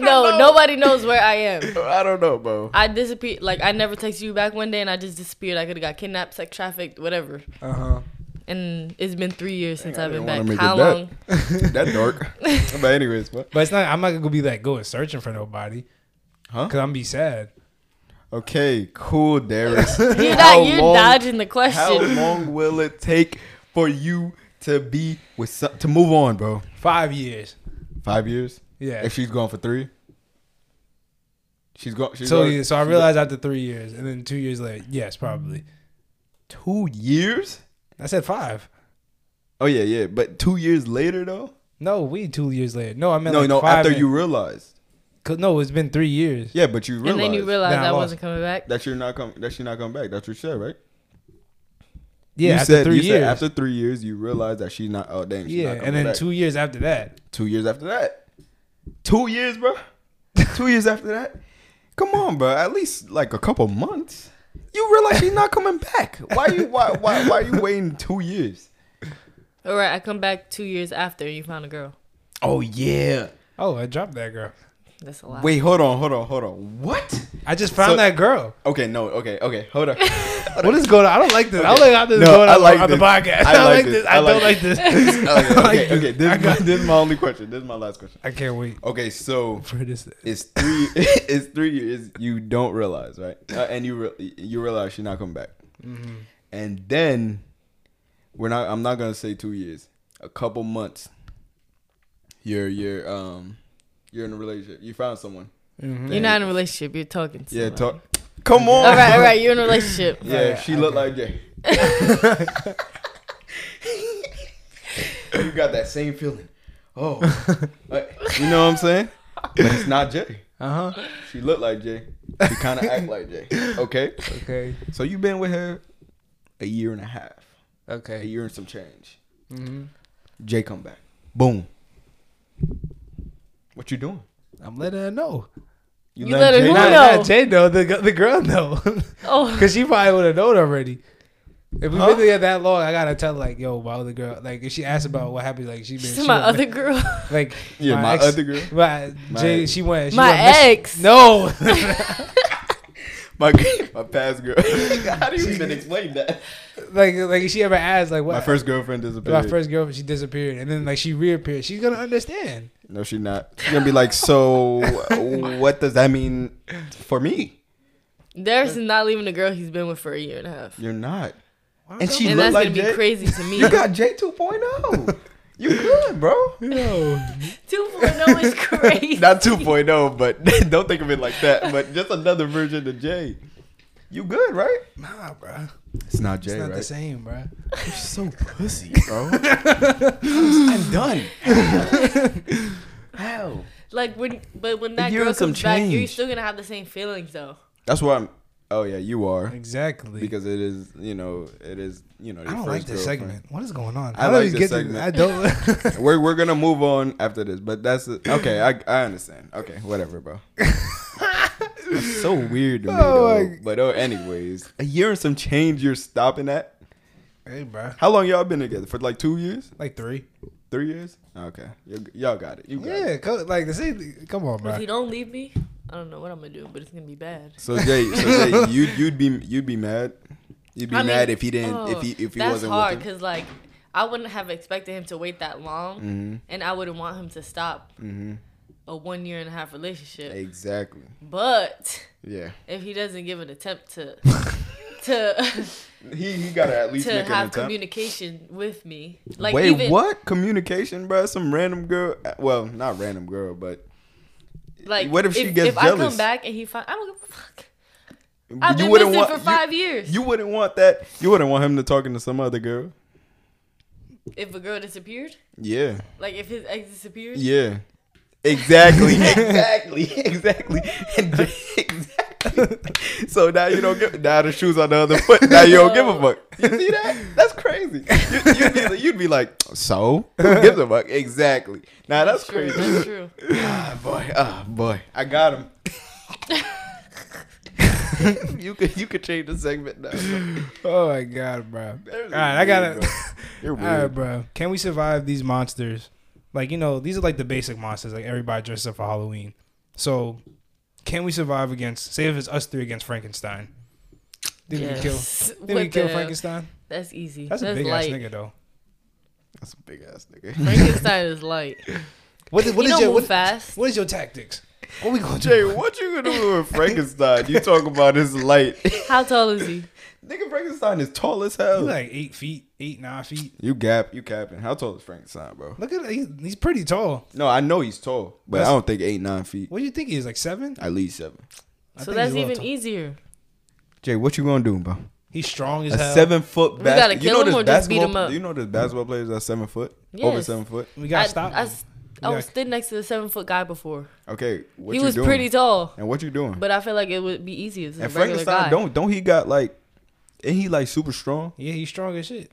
no, nobody knows where I am. I don't know, bro. I disappeared. Like I never texted you back one day, and I just disappeared. I could have got kidnapped, sex trafficked, whatever. Uh huh. And it's been three years since I I've been didn't wanna make back. How it that. *laughs* long? that *laughs* dark. but anyways, what? But it's not. I'm not gonna be like going searching for nobody. Huh? Cause I'm gonna be sad. Okay, cool, Darius. *laughs* You're How not. You're long- dodging the How question. long will it take for you to be with some, to move on, bro. Five years. Five years. Yeah. If she's going for three, she's going. She's so going- yeah, so I she's realized after three years, and then two years later, yes, probably. going- two years. I said five. Oh yeah, yeah. But two years later though. No, we two years later. No, I meant No, like no. five After and- you realized. 'cause- no, it's been three years. Yeah, but you realized And then you realize Nah, I I lost. wasn't coming back. that you're not coming. That she not coming back. That's what you said, right? Yeah, you after said, three you years. Said after three years, you realize that she's not. Oh damn. She's yeah, not coming and then back. two years after that. Two years after that. Two years, bro. *laughs* two years after that. Come on, bro. At least like a couple months. You realize she's not coming back. Why you why why why you waiting two years? All right, I come back two years after and you found a girl. *laughs* Oh yeah. Oh, I dropped that girl. That's a lot. Wait, hold on, hold on, hold on. What? I just found So- that girl. Okay, no, okay, okay. Hold on. *laughs* What is going on? I don't like this. I don't like how this is No, going I on, like on the this. podcast. I, like this. I, don't like this. *laughs* okay, I *laughs* like okay, okay. this. This, I is my, got- this is my only question. This is my last question. I can't wait Okay, so for this. *laughs* it's three *laughs* it's three years you don't realize right uh, and you re- you realize she's not coming back Mm-hmm. and then we're not i'm not gonna say two years a couple months you're you're um you're in a relationship you found someone You're not in a relationship. You're talking. To yeah somebody. talk come on All right, all right. You're in a relationship. *laughs* Oh, yeah Yeah, she looked like jay *laughs* you got that same feeling *laughs* oh Like, you know what i'm saying but it's not jay Uh huh. She looked like Jay. She kind of act like Jay. Okay. Okay. So you've been with her a year and a half, a Okay. year and some change. Mm-hmm. Jay come back. Boom. What you doing? I'm letting her know. You let her Jay- who Not, know? not Jay know. The g- the girl know. *laughs* Oh, *laughs* Cause she probably would have known already. If we've Huh? been together that long, I gotta tell like, yo, my other girl. Like, if she asks about what happened, like she been she's she my went- other *laughs* girl. *laughs* like Yeah, my ex- other girl. my, My- Jay, she went she My went miss- ex. *laughs* No, *laughs* My *laughs* my past girl. How do you *laughs* even explain that? like like if she ever asked like what My first girlfriend disappeared. my first girlfriend she disappeared and then like she reappeared. She's gonna understand. No, she not. She's gonna be *laughs* like, so what does that mean for me? *laughs* There's not leaving the girl he's been with for a year and a half. You're not. Why And she and looked that's like gonna Jay. be *laughs* crazy to me. You got Jay 2.0. You good, bro? no. Two four no *laughs* is crazy. Not 2.0, but *laughs* don't think of it like that. But just another version of Jay. You good, right? Nah, bro. It's not Jay, It's not right? the same, bro. You're *laughs* so pussy, bro. I'm done. How? like when, but when that You're girl in some comes back, you're change. still gonna have the same feelings though. That's why I'm. Oh yeah, you are Exactly. because it is. You know, it is. You know, your I don't first like this girlfriend. segment. What is going on? I How do like we this get to- segment. I don't. *laughs* We're we're gonna move on after this, but that's okay. I I understand. Okay, whatever, *laughs* bro. That's so weird to me, Oh, though. my- But oh, anyways, a year and some change. You're stopping at. hey, bro. How long y'all been together? For like two years, Like three. three years? Okay, y- y'all got it. You got it. Yeah, co- like the same. Come on, If bro. you don't leave me, I don't know what I'm gonna do, but it's gonna be bad. So Jay, so *laughs* Jay, you you'd be you'd be mad. You'd be I mean, mad if he didn't oh, if he if he that's wasn't hard with him. because like I wouldn't have expected him to wait that long, Mm-hmm. and I wouldn't want him to stop a one year and a half relationship. Exactly. But Yeah. if he doesn't give an attempt *laughs* to to He he gotta at least to make an have attempt. communication with me, like Wait, even what communication, bro? Some random girl. Uh, Well, not random girl, but like What if she gets if I jealous? come back and he find I don't give a fuck. I've you been wouldn't missing want for you, five years. you wouldn't want that. You wouldn't want him to talking to some other girl. if a girl disappeared, Yeah. like if his ex disappeared, Yeah. Exactly. *laughs* exactly. Exactly. And Jay- exactly. So now you don't give. Now the shoes on the other foot. Now you don't give a fuck. *laughs* You see that? That's crazy. You, you'd, be, like- you'd be like, so who gives a fuck? Exactly. Now that's, true, crazy. that's true. Ah boy. Ah boy. I got him. *laughs* you could you could change the segment now. Oh my god, bro. That All was right, I gotta. weird, bro. You're All right, weird. bro. Can we survive these monsters? Like you know, these are like the basic monsters. Like everybody dresses up for Halloween. So, can we survive against? Say if it's us three against Frankenstein. Think we can kill? Yes. Think we can What kill the- Frankenstein? That's easy. That's That's, a big light. ass nigga though. That's a big ass nigga. Frankenstein is light. *laughs* What is, what is he don't your move what, fast. what is your tactics? What we gonna Jay, do? what you gonna do with Frankenstein? You talk about his light. How tall is he? Nigga, Frankenstein is tall as He hell. like eight feet, eight nine feet. you gap, you capping. How tall is Frankenstein, bro? Look at he's, he's pretty tall. No, I know he's tall, but I That's- don't think eight nine feet. What do you think he is? Like seven? At least seven. I so think that's he's a little even e- tall. easier. Jay, what you gonna do, bro? He's strong as A hell. seven foot. We gotta basket- kill him there's or just beat basketball- him up? You know there's basketball players that's seven foot, over Yes. seven foot. We gotta I, stop. I, him. s- You I gotta- was sitting next to the seven foot guy before. Okay, what he you was doing? pretty tall, And what you doing? but I feel like it would be easier. This is and a regular Frankenstein guy. don't don't he got like, and he like super strong. yeah, he's strong as shit.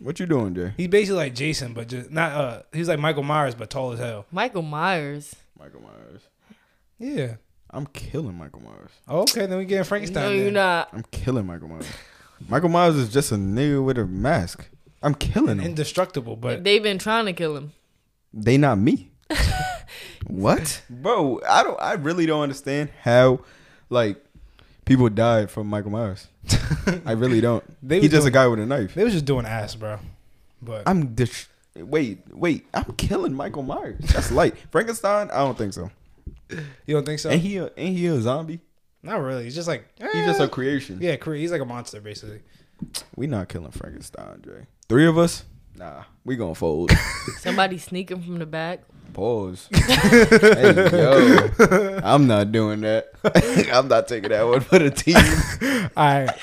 What you doing, Jay? He's basically like Jason, but just not. Uh, he's like Michael Myers, but tall as hell. Michael Myers. Michael Myers. Yeah. Oh, I'm killing Michael Myers. Okay, then we getting Frankenstein. no, then. you're not. I'm killing Michael Myers. Michael Myers is just a nigga with a mask. I'm killing him. Indestructible, but They've been trying to kill him. They not me. what, bro? I don't. I really don't understand how, like, people died from Michael *laughs* Myers. I really don't. They He's was just a guy with a knife. they was just doing ass, bro. But I'm dis- Wait, wait. I'm killing Michael Myers. That's *laughs* light. Frankenstein. I don't think so. you don't think so? Ain't he? A, ain't he a zombie? not really. He's just like eh. He's just a creation. yeah, Korea. He's like a monster basically. We not killing Frankenstein, Dre. Three of us? Nah, we gonna *laughs* fold. Somebody sneak him from the back. Pause. *laughs* hey, yo, I'm not doing that. *laughs* I'm not taking that one for the *laughs* team. *laughs* All right. *laughs*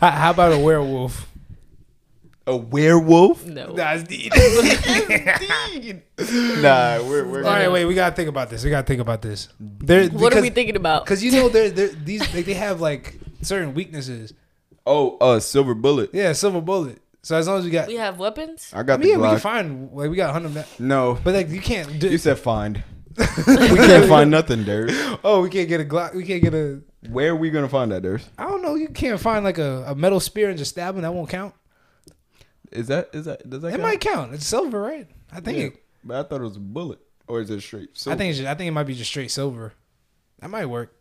How about a werewolf? A werewolf? No. That's *laughs* the- nah, we're we're. *laughs* All right, wait. We gotta think about this. We gotta think about this. There, what are we because- thinking about? Because you know they're, they're these like, they have like certain weaknesses. Oh, uh, silver bullet. Yeah, silver bullet. So as long as we got, We have weapons. I got me the and we can Glock. find like we got hundred. ma- *laughs* no, But like you can't do. you *laughs* said find. we can't find nothing, Durs. oh, we can't get a Glock. We can't get a. Where are we gonna find that, Durs? I don't know. You can't find like a, a metal spear and just stab him. That won't count. Is that is that does that? It count? might count. It's silver, right? I think. Yeah, It, but I thought it was a bullet, or is it straight? So I think. It's just, I think it might be just straight silver. That might work.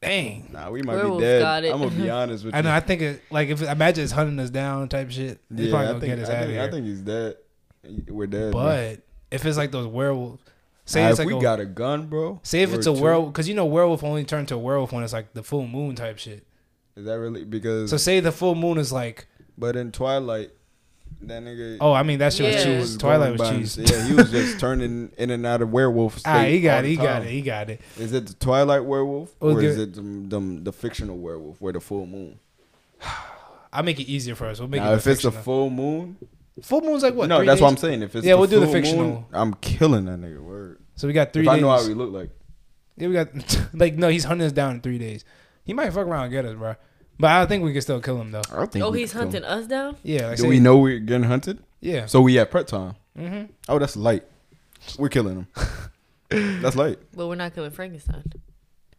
Dang. Nah, we might Werewolf be dead. got it. I'm *laughs* gonna be honest with I you. know. I think it, like if imagine it's hunting us down type shit. They Yeah, probably I gonna think, get us I, out think, of I here. think he's dead. We're dead. man. but if it's like those werewolves, say Nah, it's if like we a, got a gun, bro. Say if we're it's a two. werewolf, because you know werewolf only turn to a werewolf when it's like the full moon type shit. Is that really because? So say the full moon is like, but in Twilight, that nigga. oh, I mean that shit Yeah. was he He cheese. going Twilight was by- cheese. Yeah, he was just turning in and out of werewolf *laughs* state. Ah, he all got the it. He got time. it. He got it. Is it the Twilight werewolf We'll or give- is it them, them the fictional werewolf where the full moon? I'll make it easier for us. We'll make Now, it. if it's the full, full moon, full moon's like what? no, three that's what I'm days? saying. If it's Yeah, the we'll do the full moon, fictional. I'm killing that nigga. Word. So we got three if days. I know how he look like, yeah, we got *laughs* like no, he's hunting us down in three days. He might fuck around and get us, bro. But I think we can still kill him though. I don't think. Oh, we he's could kill him. hunting us down. Yeah, like Do say- we know we're getting hunted? Yeah. So we at prep time. hmm Oh, that's light. We're killing *laughs* him. that's light, But we're not killing Frankenstein.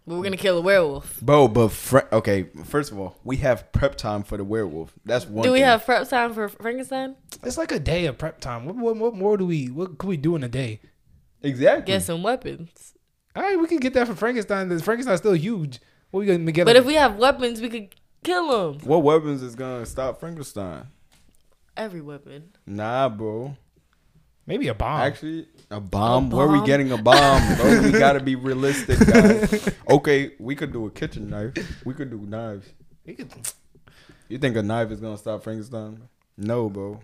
But we're gonna kill a werewolf. bro. But Fra- okay, first of all, we have prep time for the werewolf. That's one. Do we thing. have prep time for Frankenstein? It's like a day of prep time. What, what, what more do we? What could we do in a day? exactly? Get some weapons. All right, we can get that from Frankenstein. The- Frankenstein's still huge. What we gonna get? But like- if we have weapons, we could kill him. What weapons is gonna stop Frankenstein? Every weapon. Nah, bro. maybe a bomb. Actually, a bomb. A Where we bomb? getting a bomb, bro? *laughs* we gotta be realistic, guys. okay, we could do a kitchen knife. We could do knives. We could- You think a knife is gonna stop Frankenstein? *laughs* No, bro.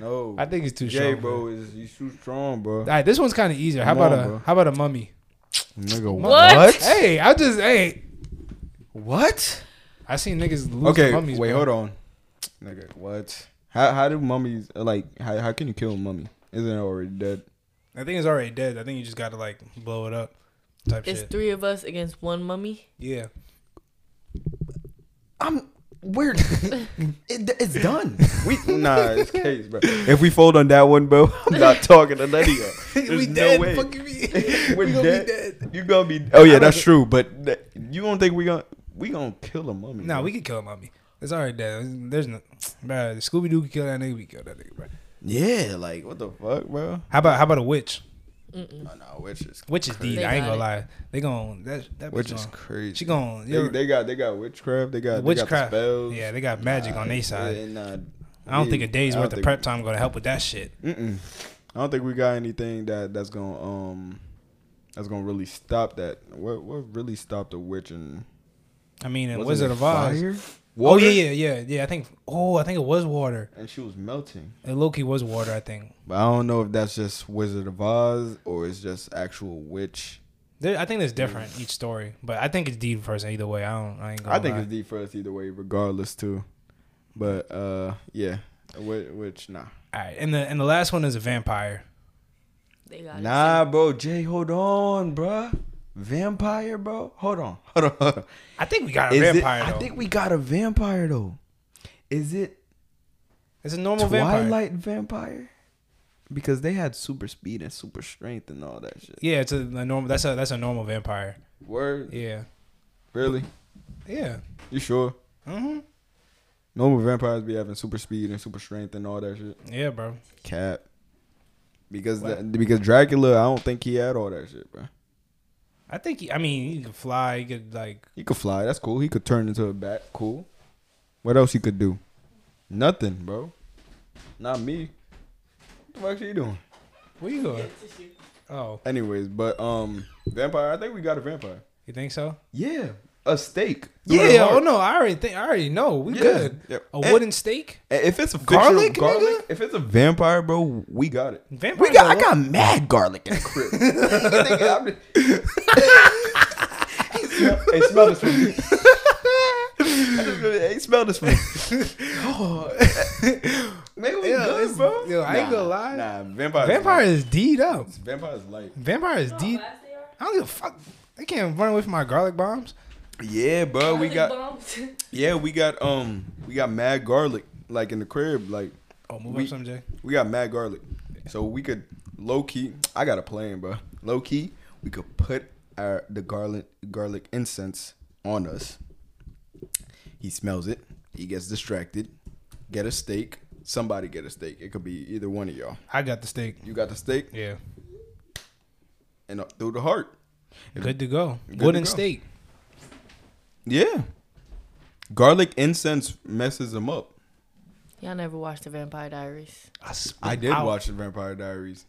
no. I think it's too Jay, strong. bro, is you too strong, bro. All right, this one's kind of easier. How Come about on, a bro. how about a mummy? Nigga, What? Hey, I just hey, What? I seen niggas lose Okay, to mummies. wait, bro. hold on. Nigga, what? How how do mummies like how how can you kill a mummy? Isn't it already dead? I think it's already dead. I think you just gotta like blow it up, type It's shit. three of us against one mummy. yeah, I'm *laughs* weird. it, it's done. We *laughs* nah, it's case, bro. If we fold on that one, bro, *laughs* I'm not talking to none of y'all. *laughs* There's we no dead. way. Fuck you, mean. *laughs* We're we gonna dead. be dead. You gonna be? Oh yeah, don't that's thi- true. But th- you don't think we gonna we gonna kill a mummy? Nah, bro. we could kill a mummy. It's already dead. There's no, bro. Scooby Doo could kill that nigga. We could kill that nigga, bro. yeah, like what the fuck, bro? How about how about a witch? Mm-mm. No, no, witches. Witch is deep. They I ain't got gonna lie. They gon' that that bitch Which is gon' crazy. she gon' They, they got they got witchcraft. They got witchcraft they got Witchcraft. the spells. yeah, they got magic on their side. Yeah, nah, I don't we- think a day's I don't worth of think- prep time gonna help with that shit. Mm-mm. I don't think we got anything that that's gonna um that's gonna really stop that. What what really stopped the witch and I mean, in wasn't Wizard it of Oz. fire? Oh Water? yeah, yeah, yeah, yeah. I think. Oh, I think it was water. And she was melting. It Loki was water. I think. But I don't know if that's just Wizard of Oz or it's just actual witch. There, I think it's different each story, but I think it's deep person either way. I don't. I ain't. Gonna I think lie. it's D for us either way, regardless too. But uh, yeah, which, which nah, All right, and the and the last one is a vampire. They got nah, bro. Jay, hold on, bruh. Vampire, bro. Hold on, *laughs* hold on. Hold on. I think we got a Is it- vampire. I though. think we got a vampire though. Is it it's a normal vampire. Twilight vampire? Because they had super speed and super strength and all that shit. Yeah, it's a, a normal. That's a that's a normal vampire. Word, Yeah, really? yeah. You sure? hmm Mm-hmm. Normal vampires be having super speed and super strength and all that shit. Yeah, bro. Cap. Because What? that, because Dracula, I don't think he had all that shit, bro. I think. He, I mean, he could fly. He could like. He could fly. That's cool. He could turn into a bat. Cool. What else he could do? Nothing, bro. Not me. What the fuck are you doing? Where you going? Oh, Anyways, but um, vampire. I think we got a vampire. you think so? Yeah, a stake. Yeah. Oh no, I already think. I already know. We good. Yeah. A And- wooden stake. and If it's a Garlic, garlic, garlic if it's a vampire, bro, we got it. Vampire. We got. I got mad garlic in *laughs* the crib. I'm just- *laughs* hey, smell this for me. I just really- Hey, smell this for *laughs* me. Maybe we Yo, good, it's- bro. yo, I ain't gonna lie. Nah, vampire. Vampire is D'd up. Vampire is light. Vampire is D'd. I don't give a fuck. They can't run away from my garlic bombs. Yeah, bro. Oh, We got. Yeah, we got um we got mad garlic like in the crib like Oh, move We- up some, Jay. we got mad garlic. So we could low key I got a plan, bro. Low key, we could put our the garlic garlic incense on us. He smells it. He gets distracted. Get a steak. Somebody get a steak. It could be either one of y'all. I got the steak. You got the steak Yeah, and uh, through the heart. good to go. to wooden go. steak. Yeah. Garlic incense messes them up. Y'all never watched The Vampire Diaries? I, spit I did out. watch the Vampire Diaries.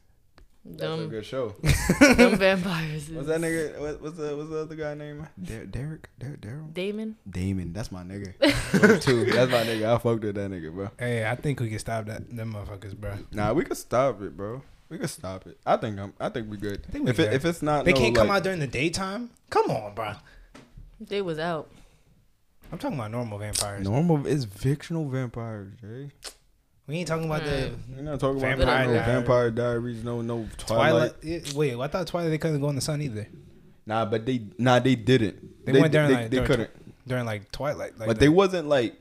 That's a Dumb, good show. dumb vampires. What's that nigga? What, what's the what's the other guy name? Der- Derek, Der- Daryl, Damon. Damon. That's my *laughs* nigga. too. That's my nigga. I fucked with that nigga, bro. Hey, I think we can stop that them motherfuckers, bro. Nah, we could stop it, bro. We could stop it. I think I'm. I think we good. think we if it- good. if it's not, They no, can't come like- out during the daytime. Come on, bro. They was out. I'm talking about normal vampires. Normal is fictional vampires, Jay. We ain't talking about the You're not talking about Vampire no Diaries. Vampire Diaries, no no Twilight. Twilight. Yeah, Wait, I thought Twilight they couldn't go in the sun either Nah, but they nah they didn't. They went down They, like they during- couldn't. during like Twilight. Like but they wasn't like.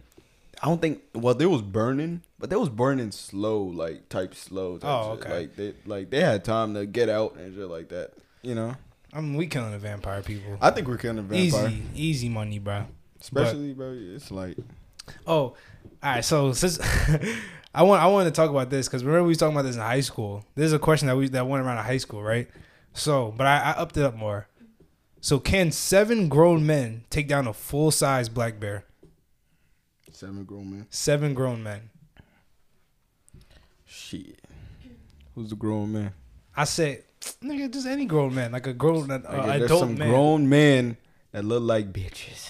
I don't think. Well, they was burning, but they was burning slow, like type slow. Type Oh, shit. okay. Like they like they had time to get out and shit like that. You know, I mean, we killing the vampire people. I think we're killing a vampire, Easy, easy money, bro. especially bro. It's like Oh, all right. So since *laughs* I want I want to talk about this because remember we was talking about this in high school. This is a question that we that went around in high school, right? So, but I, I upped it up more. So, can seven grown men take down a full size black bear? seven grown men. Seven grown men. Shit, who's the grown man? I said, nigga, just any grown man, like a grown uh, Like, there's adult some man. grown men that look like *laughs* bitches.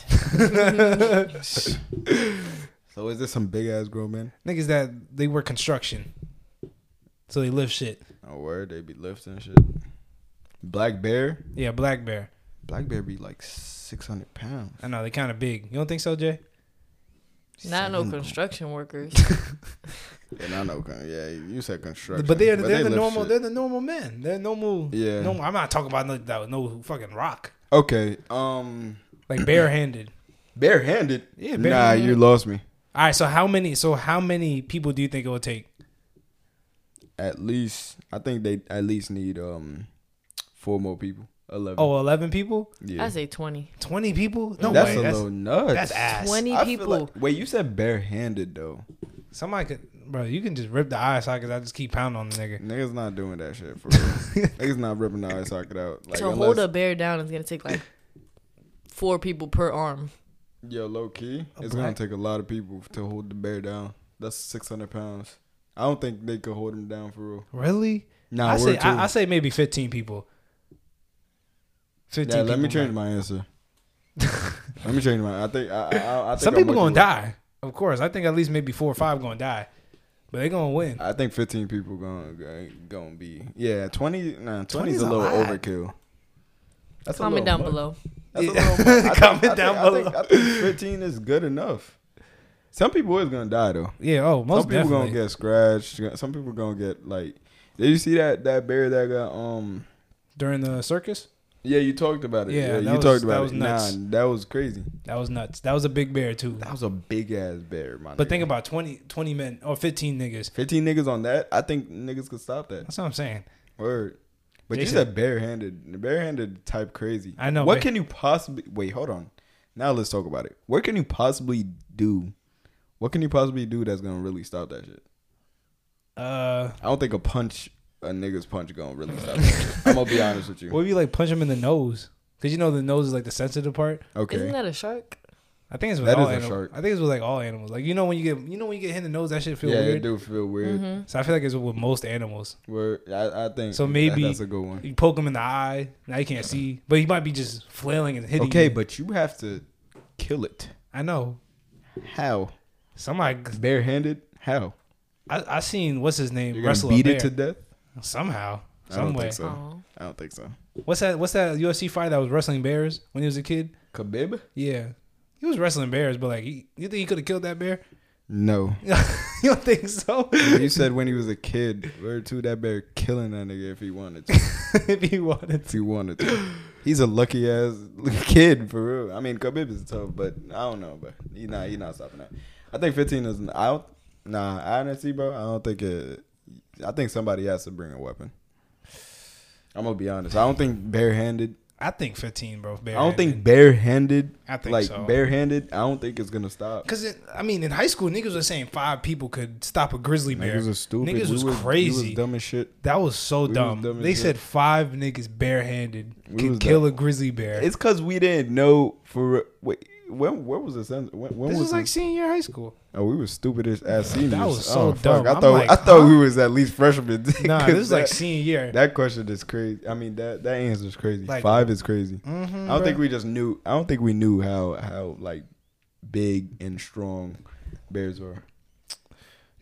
so is this some big ass grown men? Niggas that they work construction, so they lift shit. Oh, word, they be lifting shit. Black bear, Yeah, black bear. black bear be like six hundred pounds. I know they kind of big. You don't think so, Jay? Not no Seven- construction workers. And I know, con- yeah, you said construction, But they're but they're they the lift normal shit. they're the normal men. They're normal. Yeah. Normal. I'm not talking about no, that no fucking rock. Okay, um, *clears throat* Like barehanded. barehanded. Yeah, Nah, barehanded. you lost me. All right. So how many? So how many people do you think it will take? At least I think they at least need um four more people. Eleven. Oh, 11 people. *laughs* yeah, I say twenty. Twenty people. No that's way. a that's little nuts. that's ass. Twenty I feel people. like- wait, you said barehanded though. Somebody could, bro. You can just rip the eye socket. I just keep pounding on the nigga. Niggas not doing that shit *laughs* for real. Niggas not ripping the eye socket out. Like, to unless, hold a bear down is gonna take like four people per arm. Yo, low key, A black- it's gonna take a lot of people to hold the bear down. That's six hundred pounds. I don't think they could hold him down for real. Really? Nah, I we're say too. I, I say maybe fifteen people. 15 Yeah, let me people change might- my *laughs* answer. let me change my. I think I. I, I, I think Some I'm people with gonna you. die, of course. I think at least maybe four or five gonna die, but they gonna win. I think 15 people gonna gonna be. Yeah, 20. Nah, 20 is 20's a a little lot. overkill. That's a Comment little down much. below. That's a Yeah. *laughs* little much. I think- Comment I think- down I think- below. I think 15 is good enough. Some people is gonna die though. Yeah. Oh, most some people definitely. gonna get scratched. Some people gonna get like. Did you see that that bear that got um? during the circus. Yeah, you talked about it. Yeah, Yeah, that you was- talked that about was it. nuts. Nah, that was crazy. That was nuts. That was a big bear too. That was a big ass bear, my. But think nigga. about 20, 20 men or fifteen niggas. 15 niggas on that. I think niggas could stop that. That's what I'm saying. Word. But Jason- he's a barehanded, barehanded type crazy. I know, What but- can you possibly? Wait, hold on. Now let's talk about it. What can you possibly do? What can you possibly do that's gonna really stop that shit? Uh, I don't think a punch, a nigga's punch, gonna really stop. that shit. I'm gonna be honest with *laughs* what you. if you like punch him in the nose? Cause you know the nose is like the sensitive part. Okay. Isn't that a shark? I think it's with That all is a animals. shark. I think it's with like all animals. Like you know when you get you know when you get hit in the nose, that shit feel yeah, it weird. do feel weird. Mm-hmm. So I feel like it's with most animals. Word. I, I think. So that- maybe- that's a good one. You poke him in the eye, now you can't see, but he might be just flailing and hitting. Okay, you. but you have to kill it. I know How? somebody. Barehanded? How? I, I seen what's his name You're wrestle gonna beat a it to bear. death? somehow, I don't some way. think so. Aw. I don't think so. What's that? What's that UFC fight that was wrestling bears when he was a kid? Khabib? Yeah, he was wrestling bears, but like, he, you think he could have killed that bear? *laughs* No. you don't think so? *laughs* *laughs* you said when he was a kid, where to that bear killing that nigga if he wanted to. if he wanted. if he wanted to. He's a lucky ass *laughs* kid for real. I mean, Khabib is tough, but I don't know, but he not he not stopping that. I think 15 is I don't nah, honestly, bro, I don't think it I think somebody has to bring a weapon. I'm gonna be honest. I don't think barehanded. I think fifteen, bro. I don't think barehanded. I think like so. barehanded. I don't think it's gonna stop. Because I mean, in high school, niggas were saying five people could stop a grizzly bear. Niggas was stupid. Niggas We was we crazy. dumb as shit. That was so was dumb. dumb as they shit. said five niggas barehanded We can was kill dumb. a grizzly bear. It's because we didn't know for wait. When where was this? When, when this was was like this? senior high *laughs* school. Oh, we were stupid as, as seniors. was so oh, fuck. dumb. I I'm thought like, I thought huh? we was at least freshmen. *laughs* Nah, 'Cause this is like that, senior year. that question is crazy. I mean that that answer is crazy. Like- Five is crazy. I Mhm, don't bruh. think we just knew. I don't think we knew how how like big and strong bears were.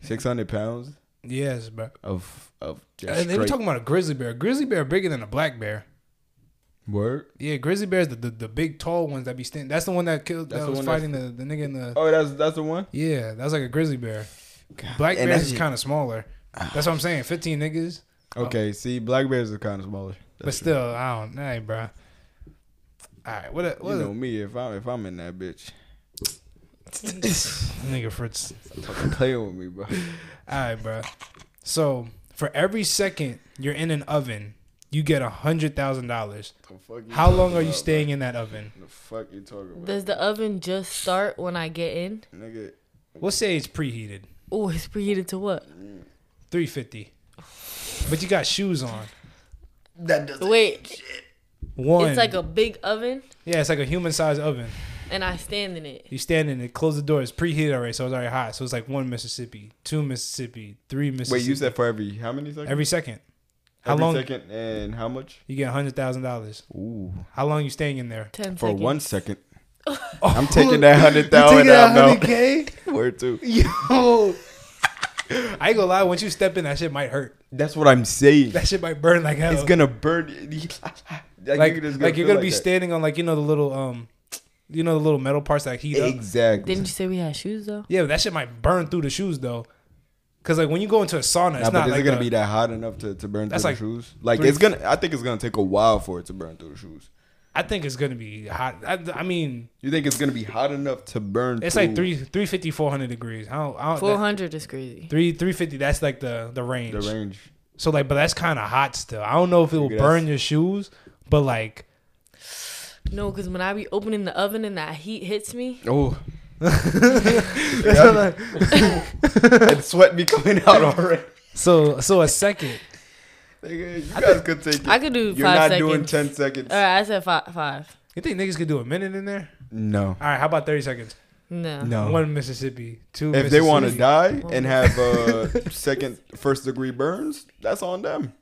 Six hundred pounds Yes, bro. of of just And they were straight talking about a grizzly bear. A grizzly bear bigger than a black bear. work. Yeah, grizzly bears the, the, the big tall ones that be standing. That's the one that killed. That's that the was one that's- fighting the, the nigga in the. Oh, that's that's the one. Yeah, that was like a grizzly bear. Black And bears that's is it. kind of smaller. That's what I'm saying. Fifteen niggas, Okay, see, black bears are kind of smaller. but still, I don't. Hey, bro. All right, what? A, You what? a- know me if I'm if I'm in that bitch, nigga Fritz. *laughs* fucking play with me, *laughs* bro. All right, bro. So for every second you're in an oven, you get a hundred thousand dollars. How long are you staying in that oven? The fuck you talking about, Does the oven just start when I get in? nigga? We'll say it's preheated, Oh, it's preheated to what? three fifty. But you got shoes on. That doesn't. Wait, One. it's like a big oven, yeah, it's like a human sized oven. and I stand in it. You stand in it, close the door. It's preheated already, so it's already hot. So it's like one Mississippi, two Mississippi, three Mississippi. Wait, you said for every how many seconds? every second. How Every long second and how much? you get hundred thousand dollars? Ooh, How long you staying in there? Ten for seconds. *laughs* one second. Oh. I'm taking that hundred thousand out now. k? *laughs* Where to? Yo, *laughs* I ain't gonna lie. Once you step in, that shit might hurt. That's what I'm saying. That shit might burn like hell. *laughs* It's gonna burn. *laughs* like, like you're gonna be standing on like you know the little um, you know the little metal parts that heat up. Exactly. Didn't you say we had shoes though? Yeah, but that shit might burn through the shoes though. Cause like when you go into a sauna, it's Nah, but not is like it gonna a- be that hot enough to, to burn through That's the like shoes? Like three- it's gonna. I think it's gonna take a while for it to burn through the shoes. I think it's gonna be hot. I, I mean, You think it's gonna be hot enough to burn? it's through? like three three fifty four hundred degrees. I don't, I Four don't, that, hundred is crazy. three three fifty. That's like the the range. The range. *laughs* So like, but that's kind of hot still. I don't know if it will Nigga, burn that's- your shoes, but *laughs* like, No, because when I be opening the oven and that heat hits me, Oh. and sweat be coming *laughs* out already. *laughs* so so a second. Nigga, you guys could take it. I could do You're not five seconds. doing 10 seconds. All right, I said five. Five. You think niggas could do a minute in there? No. All right, how about thirty seconds? No. No. One Mississippi, two. Oh. if they want to Mississippi. *laughs* die and have uh, second, first degree burns, that's on them.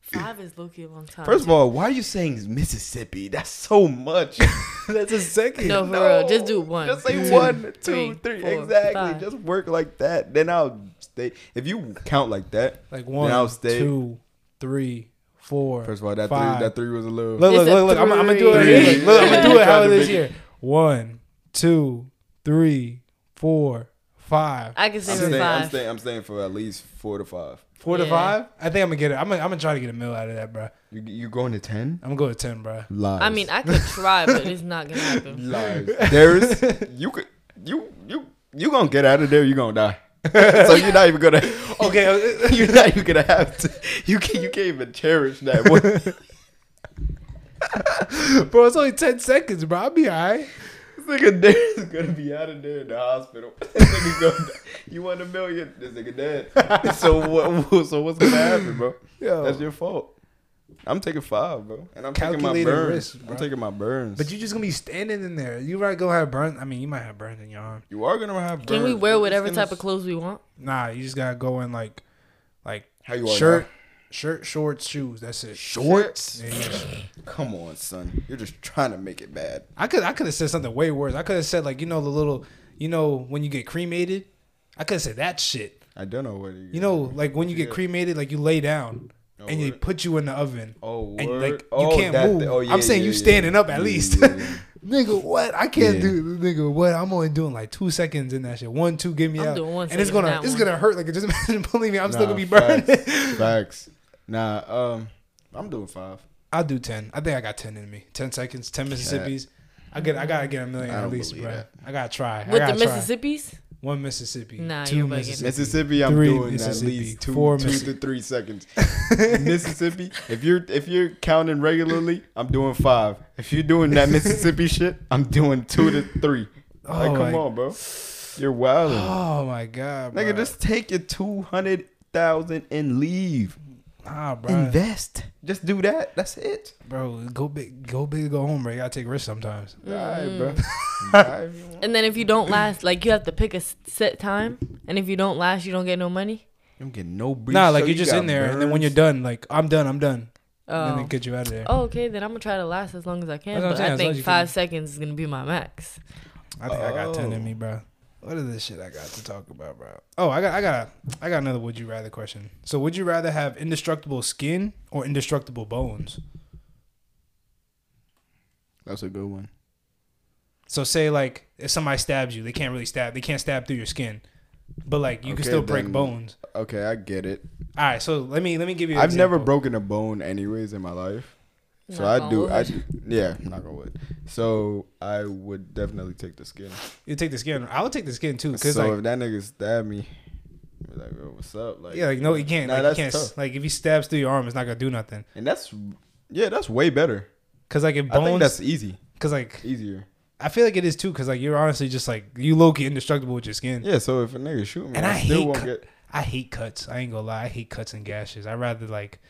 Five is Loki a long time. First of all, why are you saying Mississippi? That's so *laughs* much. That's a second. No, for real. Just do one, Just say two, one, two, three, three. four, exactly. five. Just work like that. Then I'll stay. If you count like that, Like one, I'll stay. two, three, four. first of all, that five. three, that three was a little. Look, look, It's a look, look. I'm, I'm gonna do it. three. Here. Look, look, I'm gonna do *laughs* it. How Trying it to is make it- here? One, two, three, four, five. I can say I'm for staying, I'm, five. staying, I'm staying for at least four to five. Four to Yeah. five. I think I'm gonna get it. I'm gonna, I'm gonna try to get a mill out of that, bro. You you going to ten? I'm gonna go to ten, bro. Lies. I mean, I could try, but it's not *laughs* gonna happen. lies. There's you could you you you gonna get out of there. You gonna die. *laughs* so you're not even gonna. Okay. You're not even gonna have to. *laughs* You can you can't even cherish that. one. Bro, it's only 10 seconds, bro. I'll be all right. This nigga Darius is gonna be out of there in the hospital. This nigga gonna die. You want a million? This nigga *laughs* dead. So what? So what's gonna happen, bro? Yo. That's your fault. I'm taking five, bro, and I'm taking Calculated my burns. risk, bro. I'm taking my burns. But you're just going to be standing in there. You might go have burns. I mean, you might have burns in your arm. you are gonna have burns. Can we but wear it's whatever gonna- type of clothes we want? Nah, you just got to go in like, like How you are shirt, now? shirt, shorts, shoes. That's it. shorts? Yeah, yeah. Come on, son. You're just trying to make it bad. I could I could have said something way worse. I could have said like you know the little you know when you get cremated. I could have said that shit. I don't know what You know like when you get cremated, like you lay down Oh, and they word. put you in the oven. Oh, and word. like you Oh, can't that- move. oh, yeah, I'm saying yeah, you yeah. standing up at Yeah, least. *laughs* yeah, yeah. nigga, what? I can't Yeah. do nigga, what? I'm only doing like two seconds in that shit. One, two, give me I'm out. doing one and it's second in gonna that it's one. gonna hurt. Like just *laughs* imagine believe me, I'm still Nah, gonna be burning. Facts. facts. Nah, um, I'm doing five. *laughs* I'll do ten. I think I got ten in me. Ten seconds, ten Mississippi's. I get I gotta get a million I at don't least, believe bro. that. I gotta try. I With gotta the try. Mississippi's? One Mississippi. Nah, two you're bugging. Mississippi. Mississippi, I'm Three doing at Mississippi, least two, four two Missi- to *laughs* three seconds. Mississippi, if you're if you're counting regularly, I'm doing five. If you're doing *laughs* that Mississippi shit, I'm doing two to three. like, Oh, come my- on, bro, you're wilding. Oh my god, bro. Nigga, just take your two hundred thousand and leave. nah, bro. *laughs* Invest. Just do that. That's it. bro, go big, go big, or go home, bro. You gotta take risks sometimes. All right, bro. Mm. *laughs* Die if you want. And then if you don't last, like you have to pick a s- set time, and if you don't last, you don't get no money. I'm getting no breach. nah, like *laughs* so you're just got in there, and then when you're burns. done, like I'm done, I'm done, and then Oh. they get you out of there. Oh, okay, then I'm gonna try to last as long as I can. That's what I'm But saying, I as long as think you five can. seconds is gonna be my max. I think I got ten in Oh. me, bro. What is this shit I got to talk about, bro? Oh, I got, I got, I got another. Would you rather question? So, would you rather have indestructible skin or indestructible bones? *laughs* That's a good one. So, say like if somebody stabs you, they can't really stab, they can't stab through your skin, but like you can Okay, still break then- bones. Okay, I get it. All right, so let me let me give you. an I've never example. broken a bone, anyways, in my life. So Knock I on do. wood. I do- yeah, I'm not gonna wood. So I would definitely take the skin. You take the skin. I would take the skin too, because So like if that nigga stabbed me, I'd be like, yo, what's up? Like, yeah, like no, you can't. Nah, like that's you can't. s tough. Like if he stabs through your arm, it's not gonna do nothing. and that's yeah, that's way better. Cause like if I think bones, that's easy, cause like easier. I feel like it is too. Cause like you're honestly just like you low key indestructible with your skin. Yeah. So if a nigga shoot me, And I, I still hate won't cut- get. I hate cuts. I ain't gonna lie. I hate cuts and gashes. I rather like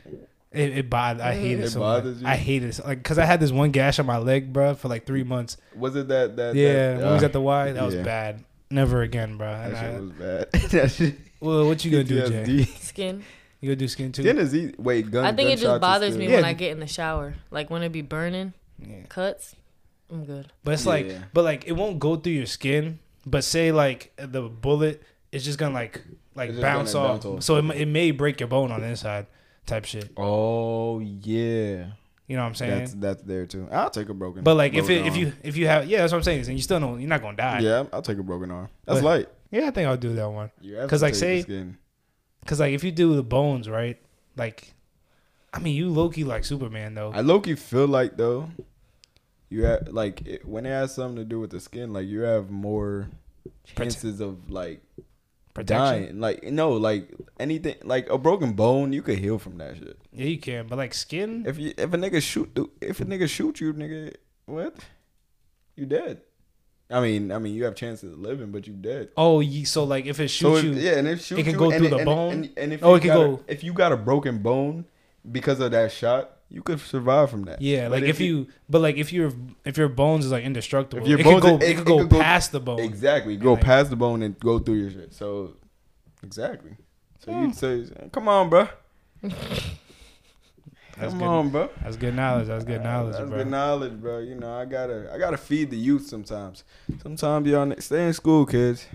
it. It bothers. I hate it. It so much. bothers you? I hate it. So- Like cause I had this one gash on my leg, bruh, for like three months. Was it that that? yeah, that, when we was uh, at the Y, that was yeah. bad. Never again, bruh. And That I, *laughs* shit was bad. that shit. well, what you gonna do, Jay? *laughs* PTSD. *laughs* Skin. You gonna do skin too? Skin is easy. Wait, gun. I think gunshots it just is bothers still- me Yeah. when I get in the shower, like when it be burning Yeah. cuts. I'm good. But it's like, Yeah. but like, it won't go through your skin. But say like the bullet is just gonna like like It's just bounce gonna off. bounce off. So it, m- it may break your bone on the inside, type shit. Oh yeah. You know what I'm saying? That's that's there too. I'll take a broken. but like if broken it, if arm. you if you have yeah, that's what I'm saying. And you still don't you're not gonna die. Yeah, yeah, I'll take a broken arm. That's But- light. I think I'll do that one. You have 'Cause, to like, take say- the skin. Cause like if you do the bones right, like, I mean you Loki like Superman though. I Loki feel like though, you have like it, when it has something to do with the skin, like you have more Prote- chances of like Protection. dying. Like no, like anything, like a broken bone, you could heal from that shit. Yeah, you can. But like skin, If you if a nigga shoot th- if a nigga shoot you, nigga, what? You dead. I mean, I mean, you have chances of living, but you dead. oh, ye- so like if it So shoots if, you, yeah, and if shoot can you, go and through it- the and- bone. And, and if Oh, you it can got a- go- if you got a broken bone because of that shot, you could survive from that. Yeah, But like if, you, but like if your if your bones is like indestructible, If your it, bones- could go, it- it, it could go could go- past the bone. exactly go like- past the bone and go through your shit. So Hmm. exactly. So you say, come on, bro. *laughs* That's Come good. on, bro. That's good knowledge. That's good knowledge, That's bro. good knowledge, bro. You know, I gotta, I gotta feed the youth sometimes. Sometimes y'all stay in school, kids.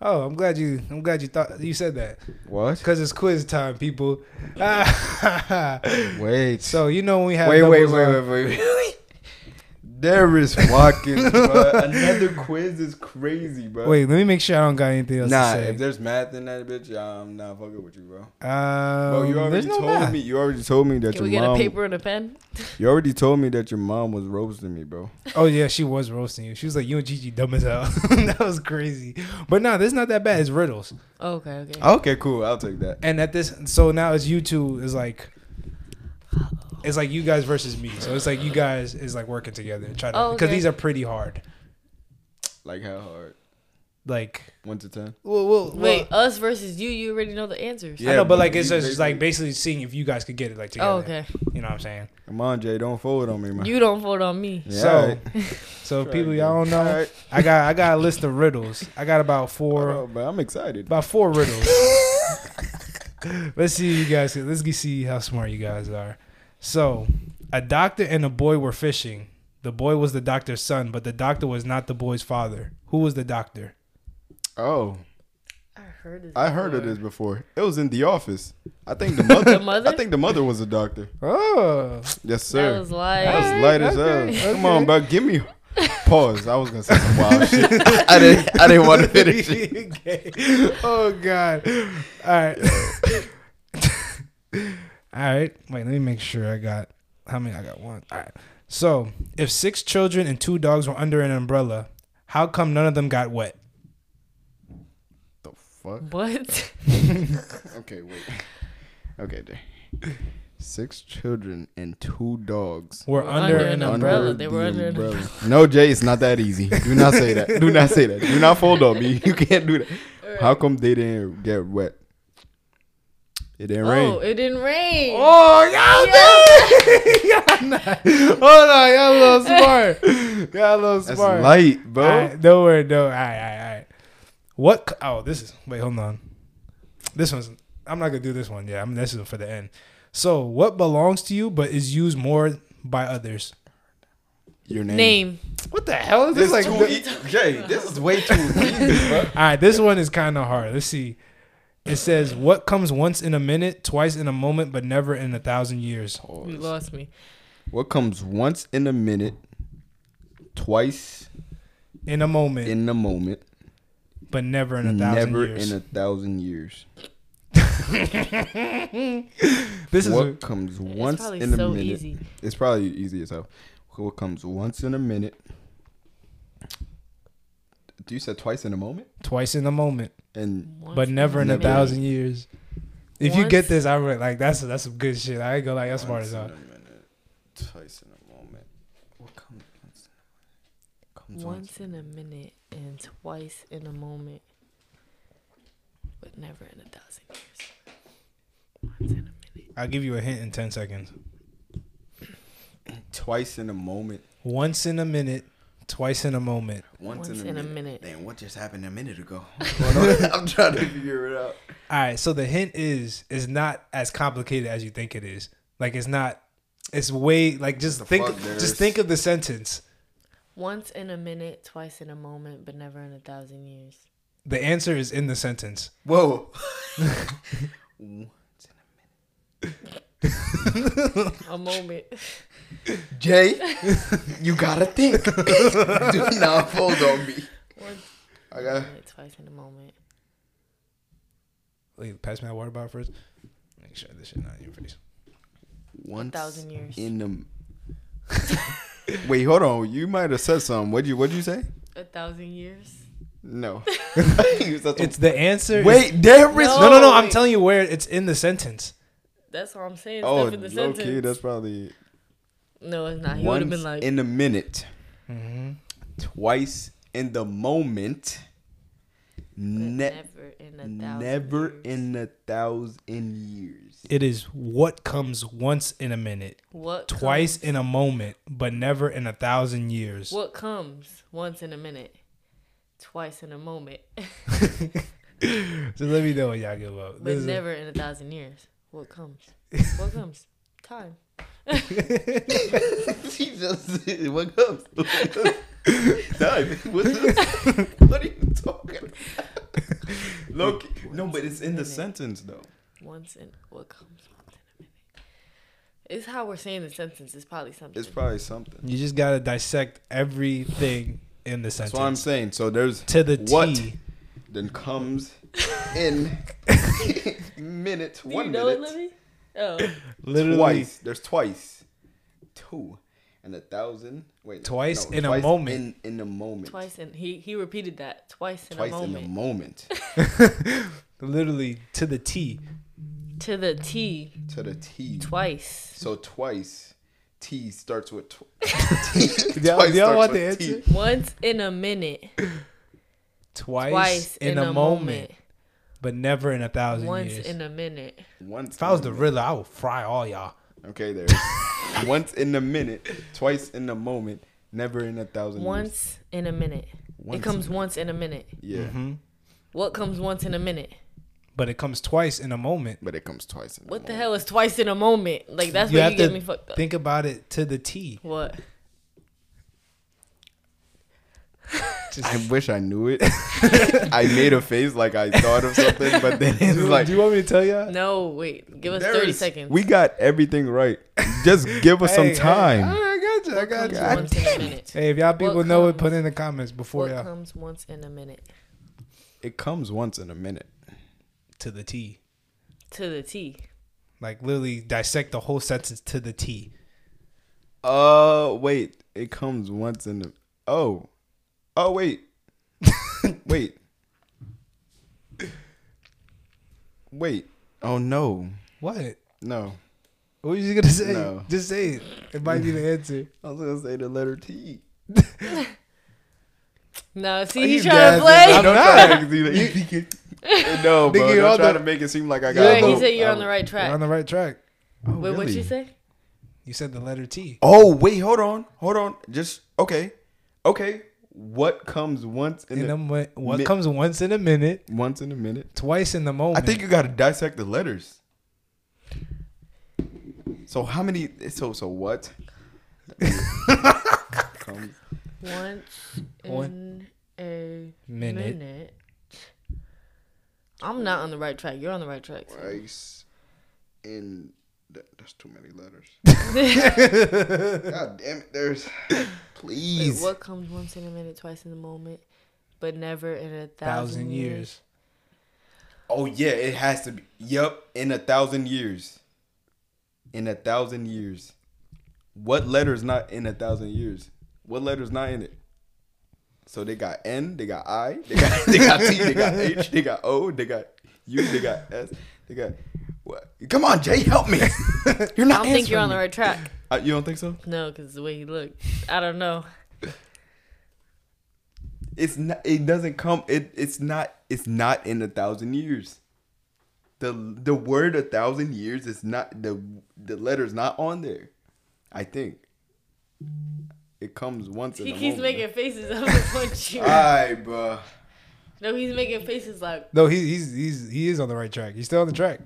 oh, I'm glad you. I'm glad you thought you said that *laughs* What? because it's quiz time, people. *laughs* Wait. so you know when we have wait, wait, wait, doubles on- wait, wait, wait. *laughs* There is *laughs* Watkins, bro. Another quiz is crazy, bro. Wait, let me make sure I don't got anything else Nah, to say. if there's math in that bitch, I'm not fucking with you, bro. Um, Bro, you there's already no told math. me. You already told me that Can your we get mom. a paper and a pen? You already told me that your mom was roasting me, bro. Oh yeah, she was roasting you. She was like, "You and Gigi dumb as hell." *laughs* that was crazy. But no, nah, that's not that bad. It's riddles, Oh, okay, okay. Okay, cool. I'll take that. and at this, so now it's you two is like, it's like you guys versus me. So it's like you guys is like working together, trying to Oh, because okay. these are pretty hard. Like how hard? Like, One to ten. well, well, well- Wait, us versus you. You already know the answers. I Yeah. know, but but like it's you just like basically- basically seeing if you guys could get it like together. Oh, okay. You know what I'm saying? Come on, Jay. Don't fold on me, man. You don't vote on me. Yeah, all so, right. so Try people, again. y'all don't know. All right. I got I got a list of riddles. I got about four. Bro, but I'm excited. About four riddles. let's see you guys. Let's get- see how smart you guys are. So, a doctor and a boy were fishing. The boy was the doctor's son, but the doctor was not the boy's father. Who was the doctor? Oh, I heard it. I heard of this before. It was in The Office. I think the mother. The mother? I think the mother was a doctor. Oh, Yes, sir. That was like That Alright, was light as okay, hell. Come okay. on, bro. Give me pause. I was gonna say some wild shit. *laughs* I didn't. I didn't want to finish it. *laughs* Okay. Oh God. All right. *laughs* All right. Wait. Let me make sure I got how many. I got one. All right. So, if six children and two dogs were under an umbrella, how come none of them got wet? The fuck? what? Okay, wait. Okay, there. Six children and two dogs. We're under, under an an umbrella. umbrella. They were under an No, Jay, it's not that easy. Do not say that. Do not say that. Do not fold on me. You can't do that. How come they didn't get wet? It didn't Oh, rain. it didn't rain. Oh, y'all *laughs* Hold on, y'all a little smart. Y'all a little That's smart. light, bro. All right, don't worry, no. All right, all right, all right. What? c- Oh, this is. Wait, hold on. This one's. I'm not gonna do this one. Yeah, I'm. This is for the end. So, what belongs to you but is used more by others? Your name. Name. What the hell is This this? is Like, too the- ea- Jay, this is way too easy, bro. all right, this one is kind of hard. Let's see. It says, "What comes once in a minute, twice in a moment, but never in a thousand years." You lost me. What comes once in a minute, twice In a moment, in a moment, but never in a thousand never years. in a thousand years? this is what comes once probably in a so minute? easy. It's probably easy as hell. What comes once in a minute? You said twice in a moment, twice in a moment, and but never in a Never. thousand years. If you get Once- this, I would like that's that's some good shit. I ain't gonna like that's smart as hell. minute, twice in a moment. What comes once? Comes Once in a minute and twice in a moment, but never in a thousand years. Once in a minute. I'll give you a hint in ten seconds. twice in a moment. Once in a minute, twice in a moment. Once in a *laughs* minute. Damn, what just happened a minute ago? What's going on? *laughs* I'm trying to figure it out. All right, so the hint is is not as complicated as you think it is. Like it's not. It's way like just think fuck, there's- just think of the sentence. Once in a minute, twice in a moment, but never in a thousand years. The answer is in the sentence. Whoa. A moment. *laughs* Jay, you gotta think. *laughs* Do not fold on me. Once I in a got minute, twice in a moment. Wait, pass me that water bottle first. Make sure this shit not in your face. one thousand years. *laughs* in the. Wait, hold on. You might have said something. What'd you What'd you say? A thousand years. *laughs* No. *laughs* You said some- It's the answer. is- Wait, there is. No, no, no! Oh, I'm wait. telling you where it's in the sentence. That's what I'm saying. Oh, Stuff in the low sentence. key, that's probably No, it's not. He would once have been like, in a minute, Mm-hmm. twice in the moment, "But ne- never in a thousand never years." in a thousand *laughs* years. It is what comes once in a minute, what twice comes- in a moment, but never in a thousand years. what comes once in a minute, twice in a moment, so let me know when y'all give up. but This is- never in a thousand years. What comes? What comes? Time. he just what *laughs* comes? Dive. What's *laughs* this? What are you talking? about? Look, no, but it's in the sentence though. Once in what comes once in a minute. It's how we're saying the sentence. It's probably something. It's probably something. You just gotta dissect everything in the sentence That's what I'm saying. So there's to the what T. *laughs* then comes in minute Do you one know it, minute Libby? Oh, Literally twice. There's twice, two, and a thousand. Wait, Twice in a moment. In, in a moment. twice and he he repeated that twice in Twice a in moment a moment. literally to the T. to the T to *laughs* the T. twice. So twice. T starts *laughs* with tw- *laughs* Y'all- y'all twice starts want the with T. answer? Once in a minute, Twice, twice in, a, moment, but never in a thousand once years. in a minute. Once if I was in a the minute. Riddler, I would fry all y'all. Okay, there. *laughs* Once in a minute, twice in a moment, never in a thousand. years. Once in a minute. Once it comes once in a minute. Yeah, Mm-hmm. What comes once in a minute? But it comes twice in a moment. but it comes twice. In a What the moment. hell is twice in a moment? Like that's you where have you get to me fucked up. think about it to the T. what? I wish I knew it. *laughs* I made a face like I thought of something, but *laughs* then it's like Do you want me to tell y'all? No, wait. Give us there thirty is- seconds. We got everything right. Just give us Hey, some hey, time. all right, I got you. I got comes you. God once in a minute. Hey, if y'all people What know it, comes- put it in the comments before What y'all. comes once in a minute? It comes once in a minute. to the T. To the T. Like literally dissect the whole sentence to the T. Uh, wait. It comes once in a. Oh, oh wait, *laughs* wait, wait. Oh no, What? no. What were you just gonna say? No. Just say it. It might be the answer. I was gonna say the letter T. No, see, Are he's you trying dazzled? to play. I'm not. *laughs* no, bro. Nigga, Don't you're on try the- to make it seem like I Yeah, got. Right, he hope. said you're on I'm- the right track. You're on the right track. Oh, wait, what'd you really? say? You said the letter T. Oh wait, hold on, hold on. Just okay, okay. What comes once in, And a, then what, what mi- comes once in a minute, once in a minute? twice in the moment. I think you gotta dissect the letters. So how many? So so *laughs* what? Comes- Once in One a minute. minute. I'm not on the right track. You're on the right track. so- Twice in. That, that's too many *laughs* letters. Wait, God damn it! There's. Please. what comes once in a minute, twice in a moment, but never in a thousand, thousand years. Oh yeah, it has to be. Yep, in a thousand years. In a thousand years. What letter's not in a thousand years? What letter's not in it? So they got N, they got I, they got *laughs* they got T, they got H, they got O, they got U, they got S, they got what? Come on, Jay, help me. *laughs* You're I not. don't think you're on the answering right track. me. Uh, you don't think so? No, because the way he looked, I don't know. It's not. It doesn't come. It. It's not. It's not in a thousand years. the The word a thousand years is not the the letter's not on there. I think it comes once in He a keeps moment. Ah. making faces. I'm gonna *laughs* punch you. Alright, bruh. No, he's making faces like No, he, he's he's he is on the right track. He's still on the track.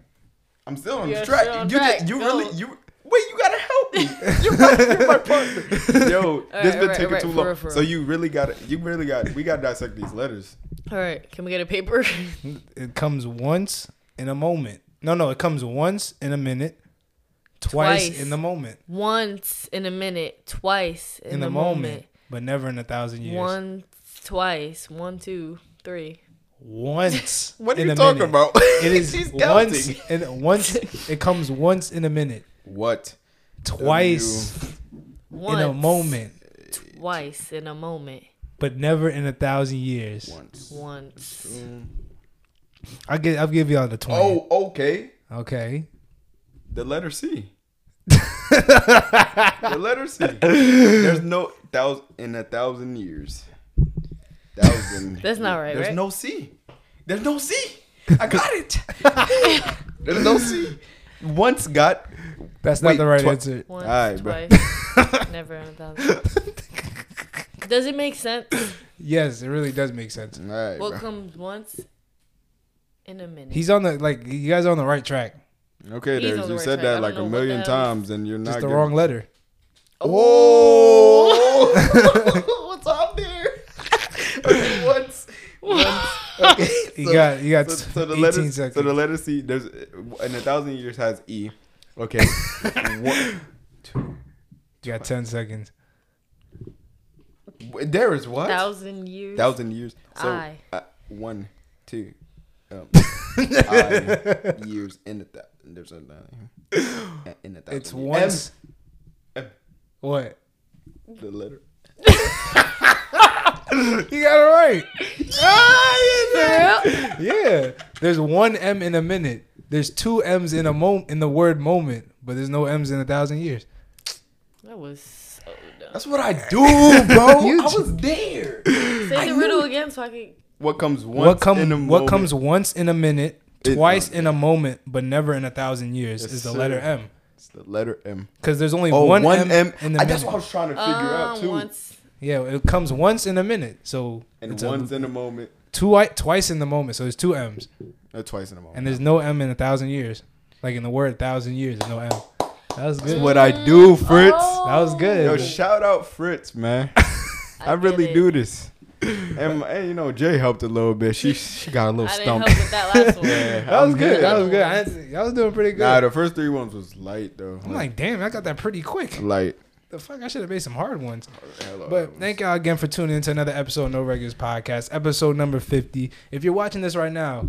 I'm still on You're the track. still on you just- track. you Go. really you wait. You gotta help *laughs* me. You're my, you're my partner. Yo, this Alright, been alright, taking alright, too for long. real, for So real. you really got to You really got. We got to dissect these letters. All right, can we get a paper? *laughs* It comes once in a moment. No, no, it comes once in a minute, twice, Twice. in the moment, Once in a minute, twice in, in, the a moment, moment. but never in a thousand years. One, twice, one, two, three. Once. *laughs* What are in you a talking minute. about? It is *laughs* She's once doubting. and *laughs* once it comes once in a minute, What? twice Once, in a moment, Twice in a moment. but never in a thousand years. Once. Once. I get. I'll give y'all the twenty. Oh, okay. okay. The letter *laughs* C. the letter C. There's no thousand in a thousand years. Thousand. *laughs* That's not right, There's right? no C. There's no C. I got *laughs* it. There's no C. Once got. That's not Wait, the right twi- answer. Once, Alright, bro. twice. Never in a thousand. Does it make sense? Yes, it really does make sense. All right, What bro. comes once in a minute? He's on the like. You guys are on the right track. Okay, there. These are the You words said right. I that don't like a know what million that times, and you're Just not the getting- wrong letter. *laughs* *laughs* Oh, what's up there? *laughs* okay, *laughs* what's okay? You so- got you got So, so the 18 letter, seconds. so the letter C. There's in a thousand years has E. *laughs* Okay. One- you got 10 seconds. w- there is what? Thousand years. Thousand years. So I. uh, one, two. *laughs* Um, I years in the thousand. There's a thousand. In the thousand. It's years. once. M. What? M, the letter. You got it right. Ah, For real? Yeah. There's one M in a minute. There's two M's in a mo in the word moment, but there's no M's in a thousand years. That was so dumb. That's what *laughs* I do, bro. *laughs* You I was there. Say the riddle again so I can. What comes once What in a comes what moment? comes once in a minute, It- twice in a moment, but never in a thousand years Yes, is the sir. letter M. It's the letter M. Because there's only Oh, one one M, M. in the I- minute. that's what I was trying to figure out Um, too. once. yeah, it comes once in a minute. So and it's a- one's in a moment. two twice in the moment. So there's two M's, Uh, twice in a moment. and there's no M in a thousand years. Like in the word thousand years, there's no M. That was That's good. what I do, Mm, Fritz. oh, That was good. Yo, shout out *laughs* Fritz, man. I, really do this. And, my- and you know, Jay helped a little bit. *laughs* She she got a little I didn't stump. help with that last *laughs* one. Yeah, That was I'm good. That was Yeah. good. I, had- I was doing pretty good. Nah, the first three ones was light though. I'm like, damn, I got that pretty quick. light. The fuck, I should have made some hard ones. Hello. But thank y'all again for tuning into another episode of No Regulars Podcast, episode number 50. If you're watching this right now,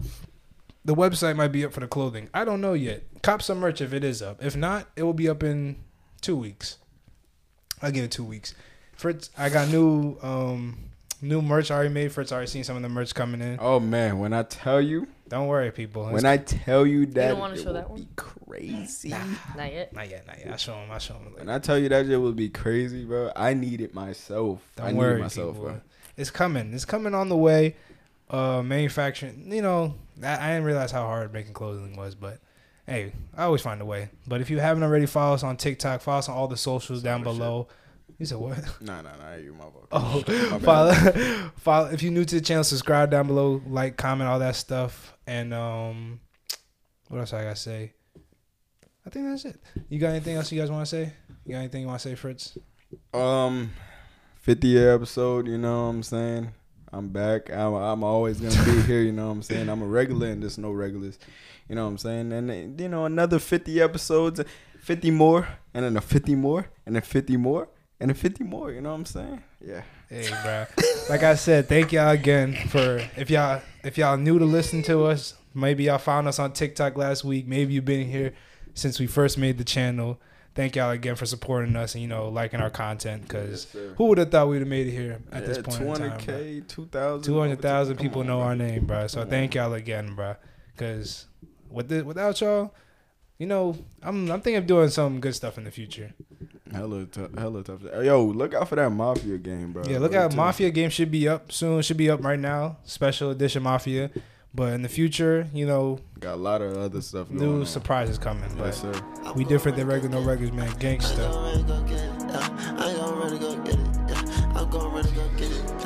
the website might be up for the clothing. I don't know yet. Cop some merch if it is up. If not, it will be up in two weeks. I'll give it two weeks. Fritz, I got new um new merch already made. Fritz already seen some of the merch coming in. Oh man, when I tell you, Don't worry, people. when I tell you that, wanna it show that will one? be crazy. Not yet. not yet, not yet. I show him. I show him. When I tell you that shit will be crazy, bro. I need it myself. Don't I need worry, it myself, people. bro. It's coming. It's coming on the way. Uh, manufacturing. You know, I, I didn't realize how hard making clothing was, but hey, I always find a way. But if you haven't already, follow us on TikTok. Follow us on all the socials down Oh, shit. below. You said what? Nah, nah, nah. You my fault. Oh, *laughs* My bad. follow, follow. If you're new to the channel, subscribe down below, like, comment, all that stuff, and um, what else I gotta say? I think that's it. You got anything else you guys want to say? You got anything you want to say, Fritz? Um, 50 episode, you know what I'm saying? I'm back. I'm, I'm always going to *laughs* be here, you know what I'm saying? I'm a regular and there's no regulars, you know what I'm saying? And, uh, you know, another 50 episodes, 50 more, and then a 50 more, and then 50 more, and then 50 more, you know what I'm saying? Yeah. Hey, bro. Like I said, thank y'all again for if y'all if y'all new to listen to us. Maybe y'all found us on TikTok last week. Maybe you've been here since we first made the channel. Thank y'all again for supporting us and you know liking our content because who would have thought we'd have made it here at this Yeah, point? 20k, 20K, 2,000. two hundred thousand Come people on, know bro. our name, bro. So Come thank y'all again, bro. Because with this, without y'all, you know, I'm I'm thinking of doing some good stuff in the future. Hella tough. Hella tough. Yo, look out for that Mafia game, bro. Yeah, look Really out. tough. Mafia game should be up soon. Should be up right now. Special edition Mafia. But in the future, you know, Got a lot of other stuff going new on. surprises coming. But Yes, sir. we different than regular no records, man. Gangsta. I gon' really go get it. Yeah. I gon' really go get it. Yeah. I gon' really go get it.